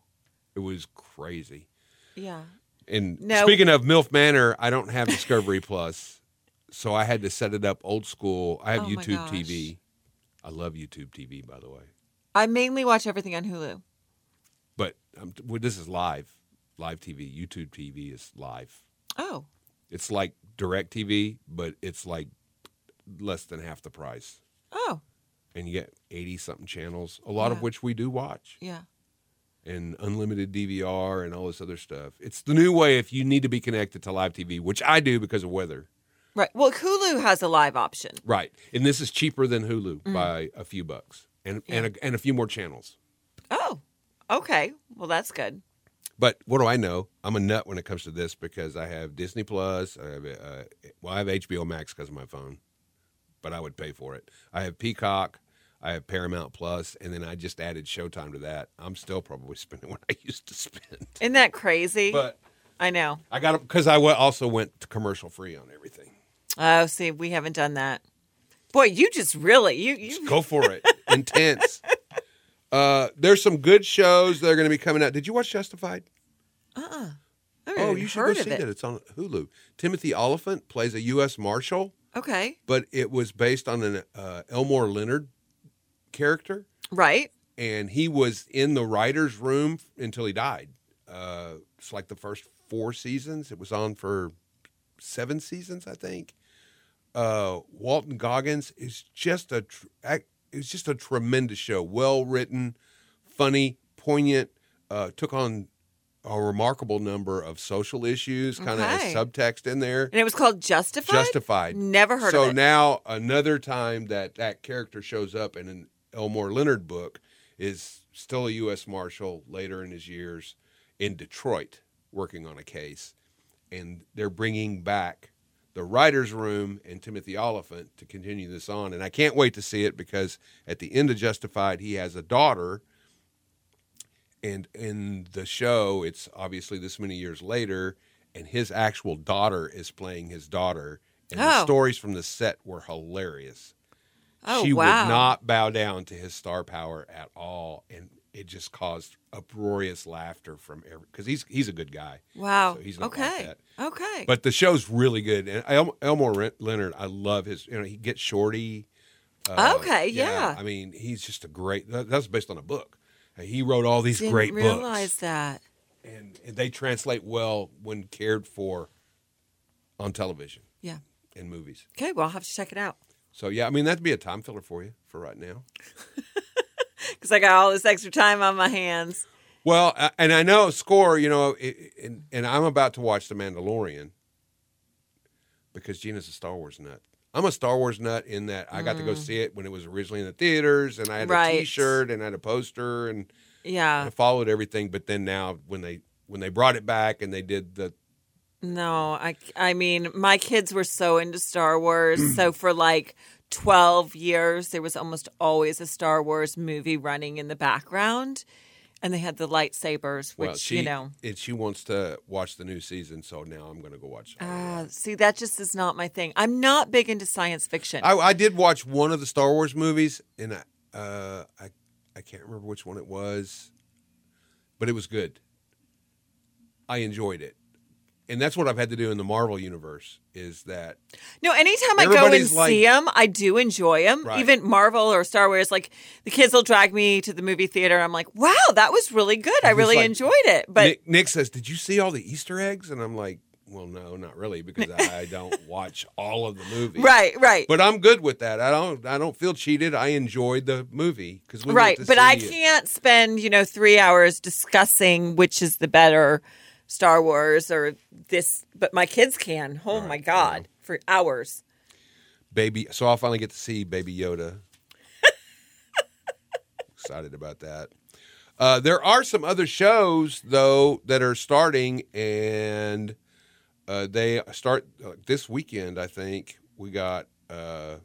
[SPEAKER 1] It was crazy.
[SPEAKER 2] Yeah.
[SPEAKER 1] And
[SPEAKER 2] No.
[SPEAKER 1] speaking of MILF Manor, I don't have Discovery Plus, so I had to set it up old school. I have
[SPEAKER 2] Oh my
[SPEAKER 1] YouTube
[SPEAKER 2] gosh.
[SPEAKER 1] TV. I love YouTube TV, by the way.
[SPEAKER 2] I mainly watch everything on Hulu.
[SPEAKER 1] But um, well, this is live, live TV. YouTube TV is live.
[SPEAKER 2] Oh,
[SPEAKER 1] It's like direct TV, but it's like less than half the price.
[SPEAKER 2] oh,
[SPEAKER 1] And you get 80 something channels, a lot of
[SPEAKER 2] Yeah.
[SPEAKER 1] which we do watch,
[SPEAKER 2] yeah.
[SPEAKER 1] and unlimited DVR and all this other stuff. It's the new way if you need to be connected to live TV, which I do because of weather.
[SPEAKER 2] Right. Well, Hulu has a live option.
[SPEAKER 1] Right. And this is cheaper than Hulu by a few bucks and, and, a, and a few more channels.
[SPEAKER 2] Oh, okay. Well, that's good.
[SPEAKER 1] But what do I know? I'm a nut when it comes to this because I have Disney Plus. I have, uh, well, I have HBO Max because of my phone, but I would pay for it. I have Peacock. I have Paramount Plus, and then I just added Showtime to that. I'm still probably spending what I used to spend,
[SPEAKER 2] Isn't that crazy?
[SPEAKER 1] but
[SPEAKER 2] I know.
[SPEAKER 1] I got it because I wa- also went to commercial free on everything.
[SPEAKER 2] Oh, see, we haven't done that. Boy, you just really you you
[SPEAKER 1] Go for it, intense. Uh, there's some good shows that are going to be coming out. Did you watch Justified?
[SPEAKER 2] I haven't
[SPEAKER 1] Oh,
[SPEAKER 2] even
[SPEAKER 1] you should go
[SPEAKER 2] heard
[SPEAKER 1] see
[SPEAKER 2] of it.
[SPEAKER 1] that. It's on Hulu. Timothy Oliphant plays a U.S. Marshal.
[SPEAKER 2] Okay,
[SPEAKER 1] but it was based on an uh, Elmore Leonard character,
[SPEAKER 2] right?
[SPEAKER 1] and he was in the writers' room until he died. Uh, it's like the first four seasons. It was on for seven seasons, I think. Uh, Walton Goggins is just a tr- ac- it's just a tremendous show. Well written, funny, poignant. Uh, took on a remarkable number of social issues, kind of
[SPEAKER 2] Okay.
[SPEAKER 1] has subtext in there.
[SPEAKER 2] And it was called Justified.
[SPEAKER 1] Justified
[SPEAKER 2] Never heard
[SPEAKER 1] so
[SPEAKER 2] of it.
[SPEAKER 1] now another time that that character shows up in an Elmore Leonard book is still a U.S. Marshal later in his years in Detroit working on a case, and they're bringing back the writers' room and Timothy Oliphant to continue this on, and I can't wait to see it because at the end of Justified he has a daughter. And in the show, it's obviously this many years later, and his actual daughter is playing his daughter And the
[SPEAKER 2] Oh.
[SPEAKER 1] stories from the set were hilarious.
[SPEAKER 2] Oh,
[SPEAKER 1] she
[SPEAKER 2] wow.
[SPEAKER 1] would not bow down to his star power at all. And it just caused uproarious laughter from every because he's he's a good guy.
[SPEAKER 2] Wow.
[SPEAKER 1] So he's not like
[SPEAKER 2] okay. Okay.
[SPEAKER 1] But the show's really good. And El- Elmore Ren- Leonard, I love his. You know, he gets shorty. Uh,
[SPEAKER 2] Okay, yeah.
[SPEAKER 1] I mean, he's just a great. That, that's based on a book. And he wrote all these
[SPEAKER 2] Didn't
[SPEAKER 1] great
[SPEAKER 2] realize
[SPEAKER 1] books,
[SPEAKER 2] that.
[SPEAKER 1] and, and they translate well when cared for on television
[SPEAKER 2] Yeah.
[SPEAKER 1] and movies.
[SPEAKER 2] Okay. Well, I'll have to check it out
[SPEAKER 1] So yeah, I mean that'd be a time filler for you for right now.
[SPEAKER 2] because I got all this extra time on my hands.
[SPEAKER 1] Well, I- and I know score, you know, it, and, and I'm about to watch The Mandalorian because Gina's a Star Wars nut. I'm a Star Wars nut in that I got to go see it when it was originally in the theaters, and I had a
[SPEAKER 2] Mm. Right.
[SPEAKER 1] T-shirt and I had a poster, and I
[SPEAKER 2] Yeah.
[SPEAKER 1] followed everything. But then now, when they when they brought it back and they did the
[SPEAKER 2] No, I, I mean, my kids were so into Star Wars. so for like 12 years, there was almost always a Star Wars movie running in the background. And they had the lightsabers, which,
[SPEAKER 1] well, she
[SPEAKER 2] you know.
[SPEAKER 1] and she wants to watch the new season, so now I'm going to go watch. Star Wars.
[SPEAKER 2] Uh, see, that just is not my thing. I'm not big into science fiction.
[SPEAKER 1] I, I did watch one of the Star Wars movies, and I, uh, I I can't remember which one it was, but it was good. I enjoyed it, and that's what I've had to do in the Marvel universe. Is that
[SPEAKER 2] No, anytime I go and
[SPEAKER 1] Everybody's like-
[SPEAKER 2] see 'em, see them, I do enjoy them.
[SPEAKER 1] Right.
[SPEAKER 2] Even Marvel or Star Wars, like the kids will drag me to the movie theater. I'm like, wow, that was really good. I
[SPEAKER 1] It's
[SPEAKER 2] really
[SPEAKER 1] like-
[SPEAKER 2] enjoyed it. But
[SPEAKER 1] Nick, Nick says? Did you see all the Easter eggs? And I'm like, well, no, not really, because I, I don't watch all of the movies.
[SPEAKER 2] right, right,
[SPEAKER 1] But I'm good with that. I don't. I don't feel cheated. I enjoyed the movie because we went
[SPEAKER 2] right.
[SPEAKER 1] to
[SPEAKER 2] But I
[SPEAKER 1] see it.
[SPEAKER 2] can't spend you know three hours discussing which is the better Star Wars or this. But my kids can. Oh my god, for hours.
[SPEAKER 1] baby. So I'll finally get to see Baby Yoda. Excited about that. Uh, there are some other shows though that are starting, and uh, they start uh, this weekend. I think we got. Uh,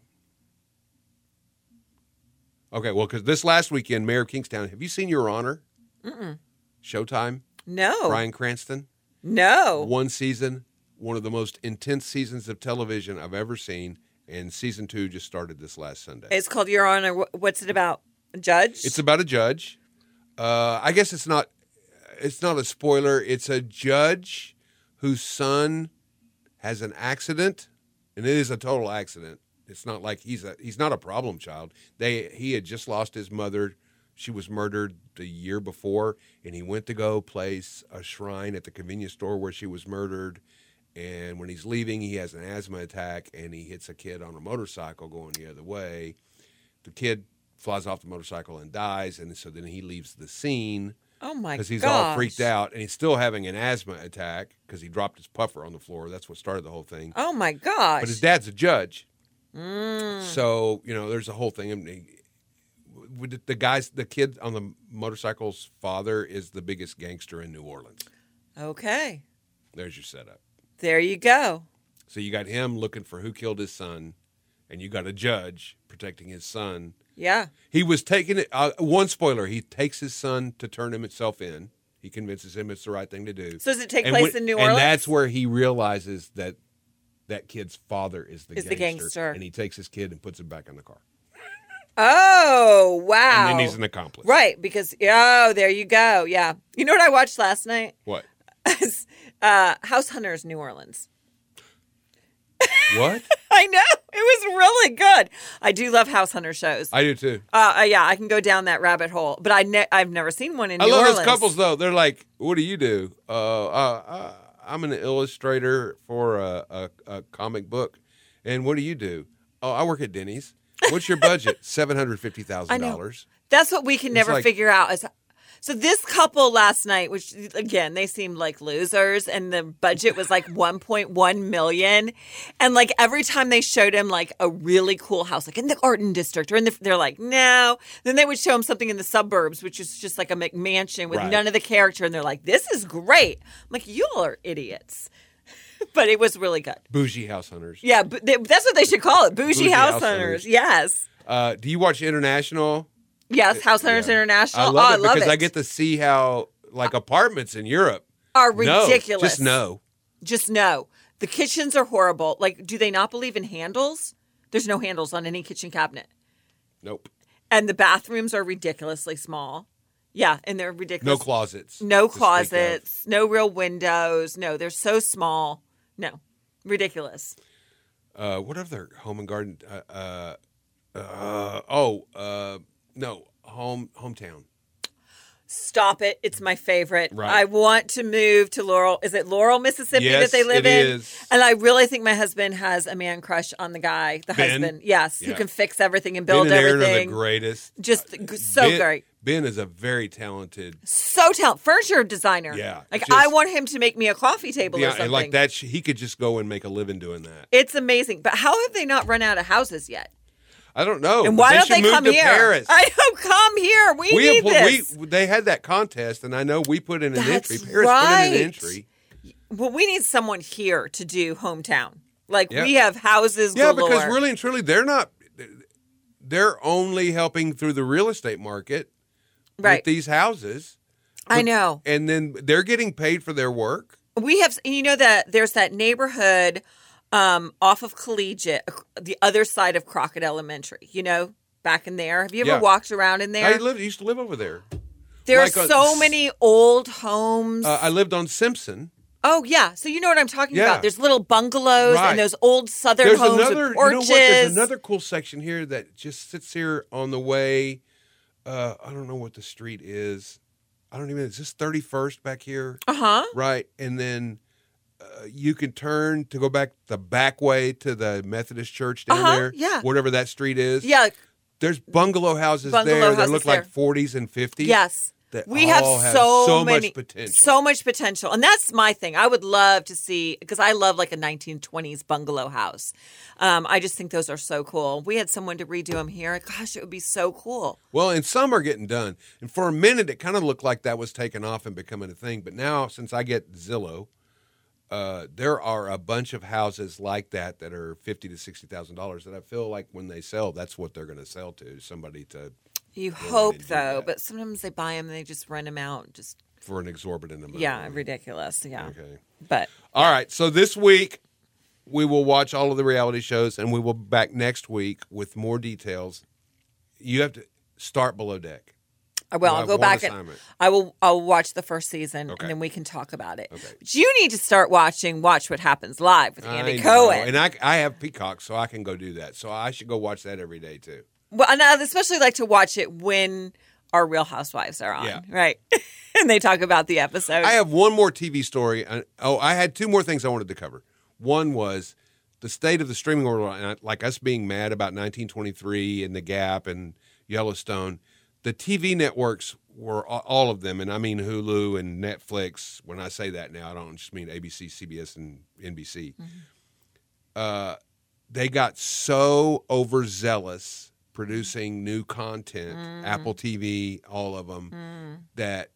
[SPEAKER 1] okay, well, because this last weekend, Mayor of Kingstown. Have you seen Your Honor? Mm-mm. Showtime.
[SPEAKER 2] No,
[SPEAKER 1] Brian Cranston
[SPEAKER 2] no.
[SPEAKER 1] one season, one of the most intense seasons of television I've ever seen, and season two just started this last Sunday. It's,
[SPEAKER 2] It's called Your Honor. Wh- What's it about? A Judge.
[SPEAKER 1] about a judge. Uh, I guess it's not. It's not a spoiler. It's a judge whose son has an accident, and it is a total accident. It's not like he's a he's not a problem child. They he had just lost his mother. She was murdered the year before, and he went to go place a shrine at the convenience store where she was murdered. And when he's leaving, he has an asthma attack, and he hits a kid on a motorcycle going the other way. The kid flies off the motorcycle and dies, and so then he leaves the scene
[SPEAKER 2] oh my
[SPEAKER 1] because he's all
[SPEAKER 2] gosh.
[SPEAKER 1] freaked out, and he's still having an asthma attack because he dropped his puffer on the floor. That's what started the whole thing.
[SPEAKER 2] Oh my gosh.
[SPEAKER 1] But his dad's a judge,
[SPEAKER 2] Mm.
[SPEAKER 1] so you know there's a whole thing. And he- with the- the guys, the kid on the motorcycle's father is the biggest gangster in New Orleans.
[SPEAKER 2] Okay.
[SPEAKER 1] There's your setup.
[SPEAKER 2] There you go.
[SPEAKER 1] So you got him looking for who killed his son, and you got a judge protecting his son.
[SPEAKER 2] Yeah.
[SPEAKER 1] He was taking it. Uh, one spoiler: he takes his son to turn himself in. He convinces him it's the right thing to do.
[SPEAKER 2] So does it take
[SPEAKER 1] And
[SPEAKER 2] place
[SPEAKER 1] when-
[SPEAKER 2] in New Orleans?
[SPEAKER 1] And that's where he realizes that that kid's father is the
[SPEAKER 2] Is the
[SPEAKER 1] gangster,
[SPEAKER 2] gangster.
[SPEAKER 1] and he takes his kid and puts him back in the car.
[SPEAKER 2] Oh wow.
[SPEAKER 1] And then he's an accomplice.
[SPEAKER 2] right because oh there you go yeah. You know what I watched last night?
[SPEAKER 1] What?
[SPEAKER 2] uh, House Hunters New Orleans.
[SPEAKER 1] What?
[SPEAKER 2] I know it was really good. I do love House Hunter shows.
[SPEAKER 1] I do too.
[SPEAKER 2] uh, uh, yeah, I can go down that rabbit hole, but I ne- I've never seen one in
[SPEAKER 1] I
[SPEAKER 2] New
[SPEAKER 1] love
[SPEAKER 2] Orleans.
[SPEAKER 1] those couples though. They're like, "What do you do?" Uh, uh, uh, I'm an illustrator for a, a, a comic book. And what do you do? Oh, I work at Denny's. What's your budget? Seven hundred fifty thousand dollars.
[SPEAKER 2] That's what we can never
[SPEAKER 1] like-
[SPEAKER 2] figure out. Is so this couple last night, which again they seemed like losers, and the budget was like 1.1 million, and like every time they showed him like a really cool house, like in the Arden District, or in the, they're like no. Then they would show him something in the suburbs, which is just like a McMansion with
[SPEAKER 1] Right.
[SPEAKER 2] none of the character, and they're like, this is great. I'm like, you all are idiots, but it was really good.
[SPEAKER 1] Bougie house hunters.
[SPEAKER 2] Yeah, but they, that's what they should call it, bougie,
[SPEAKER 1] Bougie
[SPEAKER 2] house,
[SPEAKER 1] house
[SPEAKER 2] hunters.
[SPEAKER 1] hunters.
[SPEAKER 2] Yes.
[SPEAKER 1] Uh, do you watch International?
[SPEAKER 2] Yes, House Hunters
[SPEAKER 1] Yeah. I
[SPEAKER 2] International.
[SPEAKER 1] love
[SPEAKER 2] oh,
[SPEAKER 1] it
[SPEAKER 2] I love
[SPEAKER 1] because
[SPEAKER 2] it.
[SPEAKER 1] I get to see how like apartments in Europe
[SPEAKER 2] are
[SPEAKER 1] No,
[SPEAKER 2] ridiculous.
[SPEAKER 1] just no.
[SPEAKER 2] Just no. The kitchens are horrible. Like, do they not believe in handles? There's no handles on any kitchen cabinet.
[SPEAKER 1] Nope.
[SPEAKER 2] And the bathrooms are ridiculously small. Yeah, and they're ridiculous.
[SPEAKER 1] No closets.
[SPEAKER 2] No
[SPEAKER 1] to speak of.
[SPEAKER 2] closets, no real windows. No, they're so small. No, ridiculous.
[SPEAKER 1] Uh, what other home and garden? Uh, uh, uh, oh, uh, no, home hometown.
[SPEAKER 2] Stop it. It's my favorite.
[SPEAKER 1] Right.
[SPEAKER 2] I want to move to Laurel. Is it Laurel, Mississippi
[SPEAKER 1] Yes,
[SPEAKER 2] that they live
[SPEAKER 1] it
[SPEAKER 2] in?
[SPEAKER 1] is.
[SPEAKER 2] And I really think my husband has a man crush on the guy, the
[SPEAKER 1] Ben?
[SPEAKER 2] husband. Yes, who
[SPEAKER 1] Yeah.
[SPEAKER 2] can fix everything and build
[SPEAKER 1] ben and Aaron are the
[SPEAKER 2] everything.
[SPEAKER 1] greatest.
[SPEAKER 2] Just g- so
[SPEAKER 1] ben,
[SPEAKER 2] great.
[SPEAKER 1] Ben is a very talented.
[SPEAKER 2] So talented. Furniture designer.
[SPEAKER 1] Yeah,
[SPEAKER 2] Like,
[SPEAKER 1] just-
[SPEAKER 2] I want him to make me a coffee table or
[SPEAKER 1] Yeah,
[SPEAKER 2] something.
[SPEAKER 1] and like that, sh- he could just go and make a living doing that.
[SPEAKER 2] It's amazing. But how have they not run out of houses yet?
[SPEAKER 1] I don't know.
[SPEAKER 2] And why
[SPEAKER 1] they
[SPEAKER 2] don't
[SPEAKER 1] should
[SPEAKER 2] they
[SPEAKER 1] move
[SPEAKER 2] come
[SPEAKER 1] to
[SPEAKER 2] here?
[SPEAKER 1] Paris.
[SPEAKER 2] I don't come here. We,
[SPEAKER 1] we,
[SPEAKER 2] need
[SPEAKER 1] appl-
[SPEAKER 2] this.
[SPEAKER 1] we they had that contest, and I know we put in an
[SPEAKER 2] That's
[SPEAKER 1] entry. Paris put in
[SPEAKER 2] right.
[SPEAKER 1] an entry.
[SPEAKER 2] Well, we need someone here to do hometown. Like
[SPEAKER 1] Yeah.
[SPEAKER 2] we have houses.
[SPEAKER 1] Yeah,
[SPEAKER 2] galore.
[SPEAKER 1] because really and truly, they're not. They're only helping through the real estate market
[SPEAKER 2] right.
[SPEAKER 1] with these houses,
[SPEAKER 2] I know.
[SPEAKER 1] and then they're getting paid for their work.
[SPEAKER 2] We have. You know that there's that neighborhood um, off of Collegiate, the other side of Crockett Elementary. You know, back in there. Have you ever
[SPEAKER 1] Yeah.
[SPEAKER 2] walked around in
[SPEAKER 1] I
[SPEAKER 2] there?
[SPEAKER 1] lived, used to live over there.
[SPEAKER 2] there
[SPEAKER 1] like
[SPEAKER 2] are
[SPEAKER 1] a-
[SPEAKER 2] so many old homes.
[SPEAKER 1] Uh, I lived on Simpson.
[SPEAKER 2] oh yeah, so you know what I'm talking
[SPEAKER 1] Yeah.
[SPEAKER 2] about. There's little bungalows
[SPEAKER 1] Right.
[SPEAKER 2] and those old Southern
[SPEAKER 1] There's
[SPEAKER 2] homes
[SPEAKER 1] another. You know
[SPEAKER 2] with porches.
[SPEAKER 1] what? There's another cool section here that just sits here on the way. Uh, I don't know what the street is. I don't even. Is this 31st back here?
[SPEAKER 2] uh huh.
[SPEAKER 1] Right, and then uh, you can turn to go back the back way to the Methodist Church down
[SPEAKER 2] Uh-huh,
[SPEAKER 1] there.
[SPEAKER 2] yeah.
[SPEAKER 1] whatever that street is.
[SPEAKER 2] Yeah.
[SPEAKER 1] there's bungalow houses
[SPEAKER 2] Bungalow
[SPEAKER 1] there that
[SPEAKER 2] houses
[SPEAKER 1] look like
[SPEAKER 2] there.
[SPEAKER 1] 40s and 50s.
[SPEAKER 2] Yes.
[SPEAKER 1] that
[SPEAKER 2] we have
[SPEAKER 1] all have
[SPEAKER 2] so,
[SPEAKER 1] so much
[SPEAKER 2] many,
[SPEAKER 1] potential.
[SPEAKER 2] So much potential. And that's my thing. I would love to see because I love like a 1920s bungalow house. Um, I just think those are so cool. We had someone to redo them here. Gosh, it would be so cool.
[SPEAKER 1] Well, and some are getting done. And for a minute, it kind of looked like that was taking off and becoming a thing. But now, since I get Zillow, uh, there are a bunch of houses like that that are fifty to sixty thousand dollars. That I feel like when they sell, that's what they're going to sell to somebody to
[SPEAKER 2] You
[SPEAKER 1] I
[SPEAKER 2] hope
[SPEAKER 1] didn't do
[SPEAKER 2] though,
[SPEAKER 1] that.
[SPEAKER 2] but sometimes they buy them and they just rent them out. Just
[SPEAKER 1] for an exorbitant amount. of
[SPEAKER 2] yeah,
[SPEAKER 1] money.
[SPEAKER 2] ridiculous. Yeah,
[SPEAKER 1] Okay.
[SPEAKER 2] but
[SPEAKER 1] All right. So this week we will watch all of the reality shows, and we will be back next week with more details. You have to start below deck.
[SPEAKER 2] I will.
[SPEAKER 1] We'll
[SPEAKER 2] Uh, I'll
[SPEAKER 1] have
[SPEAKER 2] go
[SPEAKER 1] one
[SPEAKER 2] back and
[SPEAKER 1] assignment.
[SPEAKER 2] I will. I'll watch the first season
[SPEAKER 1] Okay.
[SPEAKER 2] and then we can talk about it.
[SPEAKER 1] Okay.
[SPEAKER 2] But you need to start watching. Watch what happens live with Andy
[SPEAKER 1] I know,
[SPEAKER 2] Cohen.
[SPEAKER 1] And I, I have Peacock, so I can go do that. So I should go watch that every day too.
[SPEAKER 2] Well, and I especially like to watch it when our Real Housewives are on,
[SPEAKER 1] Yeah.
[SPEAKER 2] right? and they talk about the episode.
[SPEAKER 1] I have one more TV story. I- Oh, I had two more things I wanted to cover. One was the state of the streaming world, and I- like us being mad about 1923 and The Gap and Yellowstone. The TV networks were a- all of them, and I mean Hulu and Netflix. When I say that now, I don't just mean ABC, CBS, and NBC. Uh, they got so overzealous producing new content, Apple TV, all of them,
[SPEAKER 2] Mm-hmm.
[SPEAKER 1] that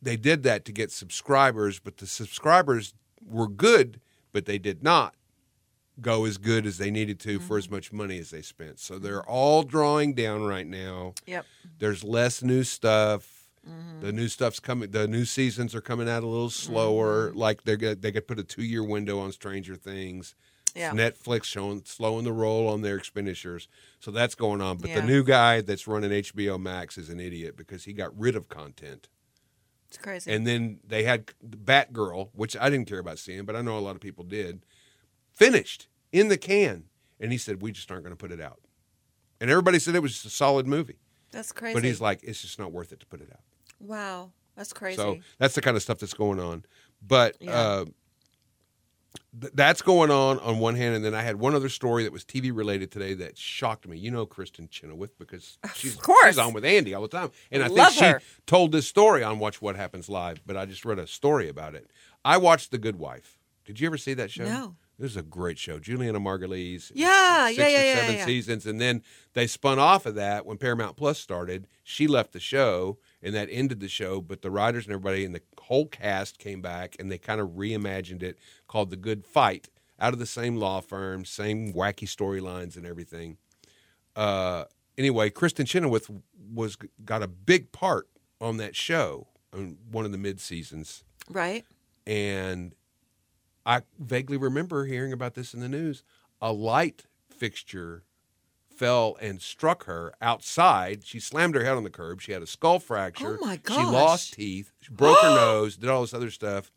[SPEAKER 1] they did that to get subscribers, but the subscribers were good, but they did not go as good as they needed to for
[SPEAKER 2] Mm-hmm.
[SPEAKER 1] as much money as they spent. So they're all drawing down right now.
[SPEAKER 2] yep.
[SPEAKER 1] There's less new stuff.
[SPEAKER 2] Mm-hmm.
[SPEAKER 1] The new stuff's coming. The new seasons are coming out a little slower.
[SPEAKER 2] Mm-hmm.
[SPEAKER 1] Like they're gonna, they could put a two year window on Stranger Things.
[SPEAKER 2] Yeah.
[SPEAKER 1] Netflix showing slowing the roll on their expenditures, so that's going on. But
[SPEAKER 2] Yeah.
[SPEAKER 1] the new guy that's running HBO Max is an idiot because he got rid of content.
[SPEAKER 2] It's crazy.
[SPEAKER 1] And then they had Batgirl, which I didn't care about seeing, but I know a lot of people did, finished in the can. And he said, We just aren't going to put it out. And everybody said it was just a solid movie.
[SPEAKER 2] that's crazy.
[SPEAKER 1] But he's like, It's just not worth it to put it out.
[SPEAKER 2] wow. That's crazy.
[SPEAKER 1] So that's the kind of stuff that's going on. But
[SPEAKER 2] Yeah.
[SPEAKER 1] uh, th- that's going on on one hand. And then I had one other story that was TV related today that shocked me. You know Kristen Chenoweth because she's,
[SPEAKER 2] course.
[SPEAKER 1] she's on with Andy all the time. And I
[SPEAKER 2] Love
[SPEAKER 1] think she
[SPEAKER 2] her.
[SPEAKER 1] told this story on Watch What Happens Live, but I just read a story about it. I watched The Good Wife. Did you ever see that show?
[SPEAKER 2] No.
[SPEAKER 1] This is a great show. Juliana Margulies. It was
[SPEAKER 2] Yeah,
[SPEAKER 1] six
[SPEAKER 2] yeah, yeah,
[SPEAKER 1] or
[SPEAKER 2] yeah,
[SPEAKER 1] seven
[SPEAKER 2] yeah.
[SPEAKER 1] seasons, and then they spun off of that when Paramount Plus started. She left the show, and that ended the show. But the writers and everybody and the whole cast came back, and they kind of reimagined it, called The Good Fight, out of the same law firm, same wacky storylines and everything. Uh, anyway, Kristen Chenoweth was got a big part on that show, on one of the mid seasons
[SPEAKER 2] right?
[SPEAKER 1] and I vaguely remember hearing about this in the news. A light fixture fell and struck her outside. She slammed her head on the curb. She had a skull fracture.
[SPEAKER 2] Oh my
[SPEAKER 1] She
[SPEAKER 2] gosh.
[SPEAKER 1] lost teeth. She broke her nose. Did all this other stuff,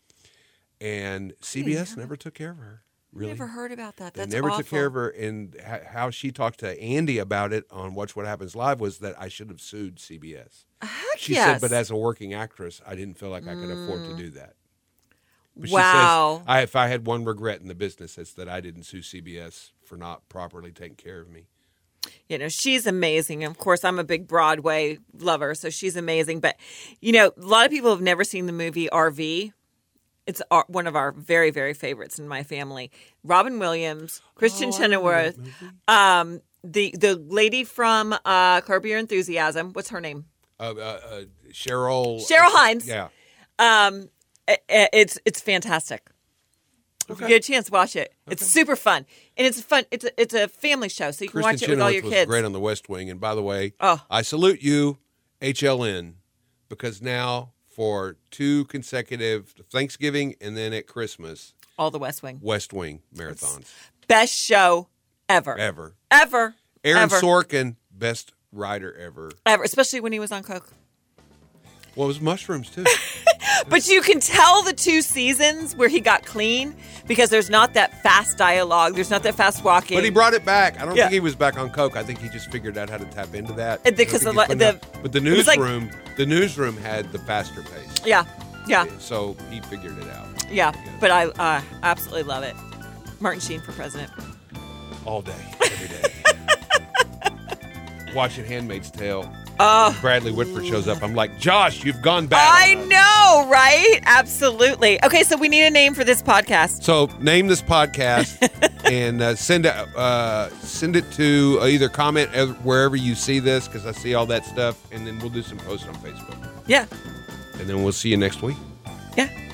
[SPEAKER 1] and CBS never took care of her. Really,
[SPEAKER 2] Never heard about that.
[SPEAKER 1] they
[SPEAKER 2] That's
[SPEAKER 1] never
[SPEAKER 2] awful.
[SPEAKER 1] took care of her. And ho- how she talked to Andy about it on Watch What Happens Live was that I should have sued CBS.
[SPEAKER 2] Heck
[SPEAKER 1] She
[SPEAKER 2] yes. Mm.
[SPEAKER 1] said, but as a working actress, I didn't feel like I could afford to do that. But
[SPEAKER 2] Wow.
[SPEAKER 1] She says, I, if I had one regret in the business, it's that I didn't sue CBS for not properly taking care of me.
[SPEAKER 2] you know she's amazing of course i'm a big broadway lover so she's amazing but you know a lot of people have never seen the movie rv it's our, one of our very very favorites in my family robin williams christian
[SPEAKER 1] Oh,
[SPEAKER 2] chenoweth um, the the lady from uh, curb your enthusiasm what's her name
[SPEAKER 1] Uh, uh, uh, Cheryl. uh,
[SPEAKER 2] Cheryl Hines.
[SPEAKER 1] Yeah.
[SPEAKER 2] um, i- i- it's it's fantastic if you get a chance watch it it's super fun and it's fun it's a, it's a family show so you can watch it with all your
[SPEAKER 1] was
[SPEAKER 2] kids
[SPEAKER 1] great on the West Wing. And by the way,
[SPEAKER 2] Oh.
[SPEAKER 1] I salute you, HLN, because now for two consecutive Thanksgiving and then at Christmas,
[SPEAKER 2] all the west wing
[SPEAKER 1] West Wing marathons
[SPEAKER 2] best show ever
[SPEAKER 1] ever.
[SPEAKER 2] ever.
[SPEAKER 1] Aaron
[SPEAKER 2] ever,
[SPEAKER 1] Sorkin, best writer ever.
[SPEAKER 2] ever, especially when he was on coke.
[SPEAKER 1] Well, it was mushrooms too.
[SPEAKER 2] But you can tell the two seasons where he got clean because there's not that fast dialogue. There's not that fast walking.
[SPEAKER 1] but he brought it back. I don't
[SPEAKER 2] Yeah.
[SPEAKER 1] think he was back on coke. I think he just figured out how to tap into that.
[SPEAKER 2] And because
[SPEAKER 1] I don't
[SPEAKER 2] the
[SPEAKER 1] think he's been
[SPEAKER 2] li- the-
[SPEAKER 1] out- but the
[SPEAKER 2] it was like-
[SPEAKER 1] newsroom, the newsroom had the faster pace,
[SPEAKER 2] yeah, yeah,
[SPEAKER 1] so he figured it out
[SPEAKER 2] yeah. But I uh, absolutely love it. Martin Sheen for president.
[SPEAKER 1] all day, every day. Watching *Handmaid's Tale*,
[SPEAKER 2] Oh,
[SPEAKER 1] Bradley Whitford shows up. I'm like, Josh, you've gone back.
[SPEAKER 2] I know, right? Absolutely. Okay, so we need a name for this podcast.
[SPEAKER 1] So name this podcast and uh, send it uh, send it to uh, either comment ev- wherever you see this because I see all that stuff, and then we'll do some posts on Facebook,
[SPEAKER 2] Yeah,
[SPEAKER 1] and then we'll see you next week.
[SPEAKER 2] yeah.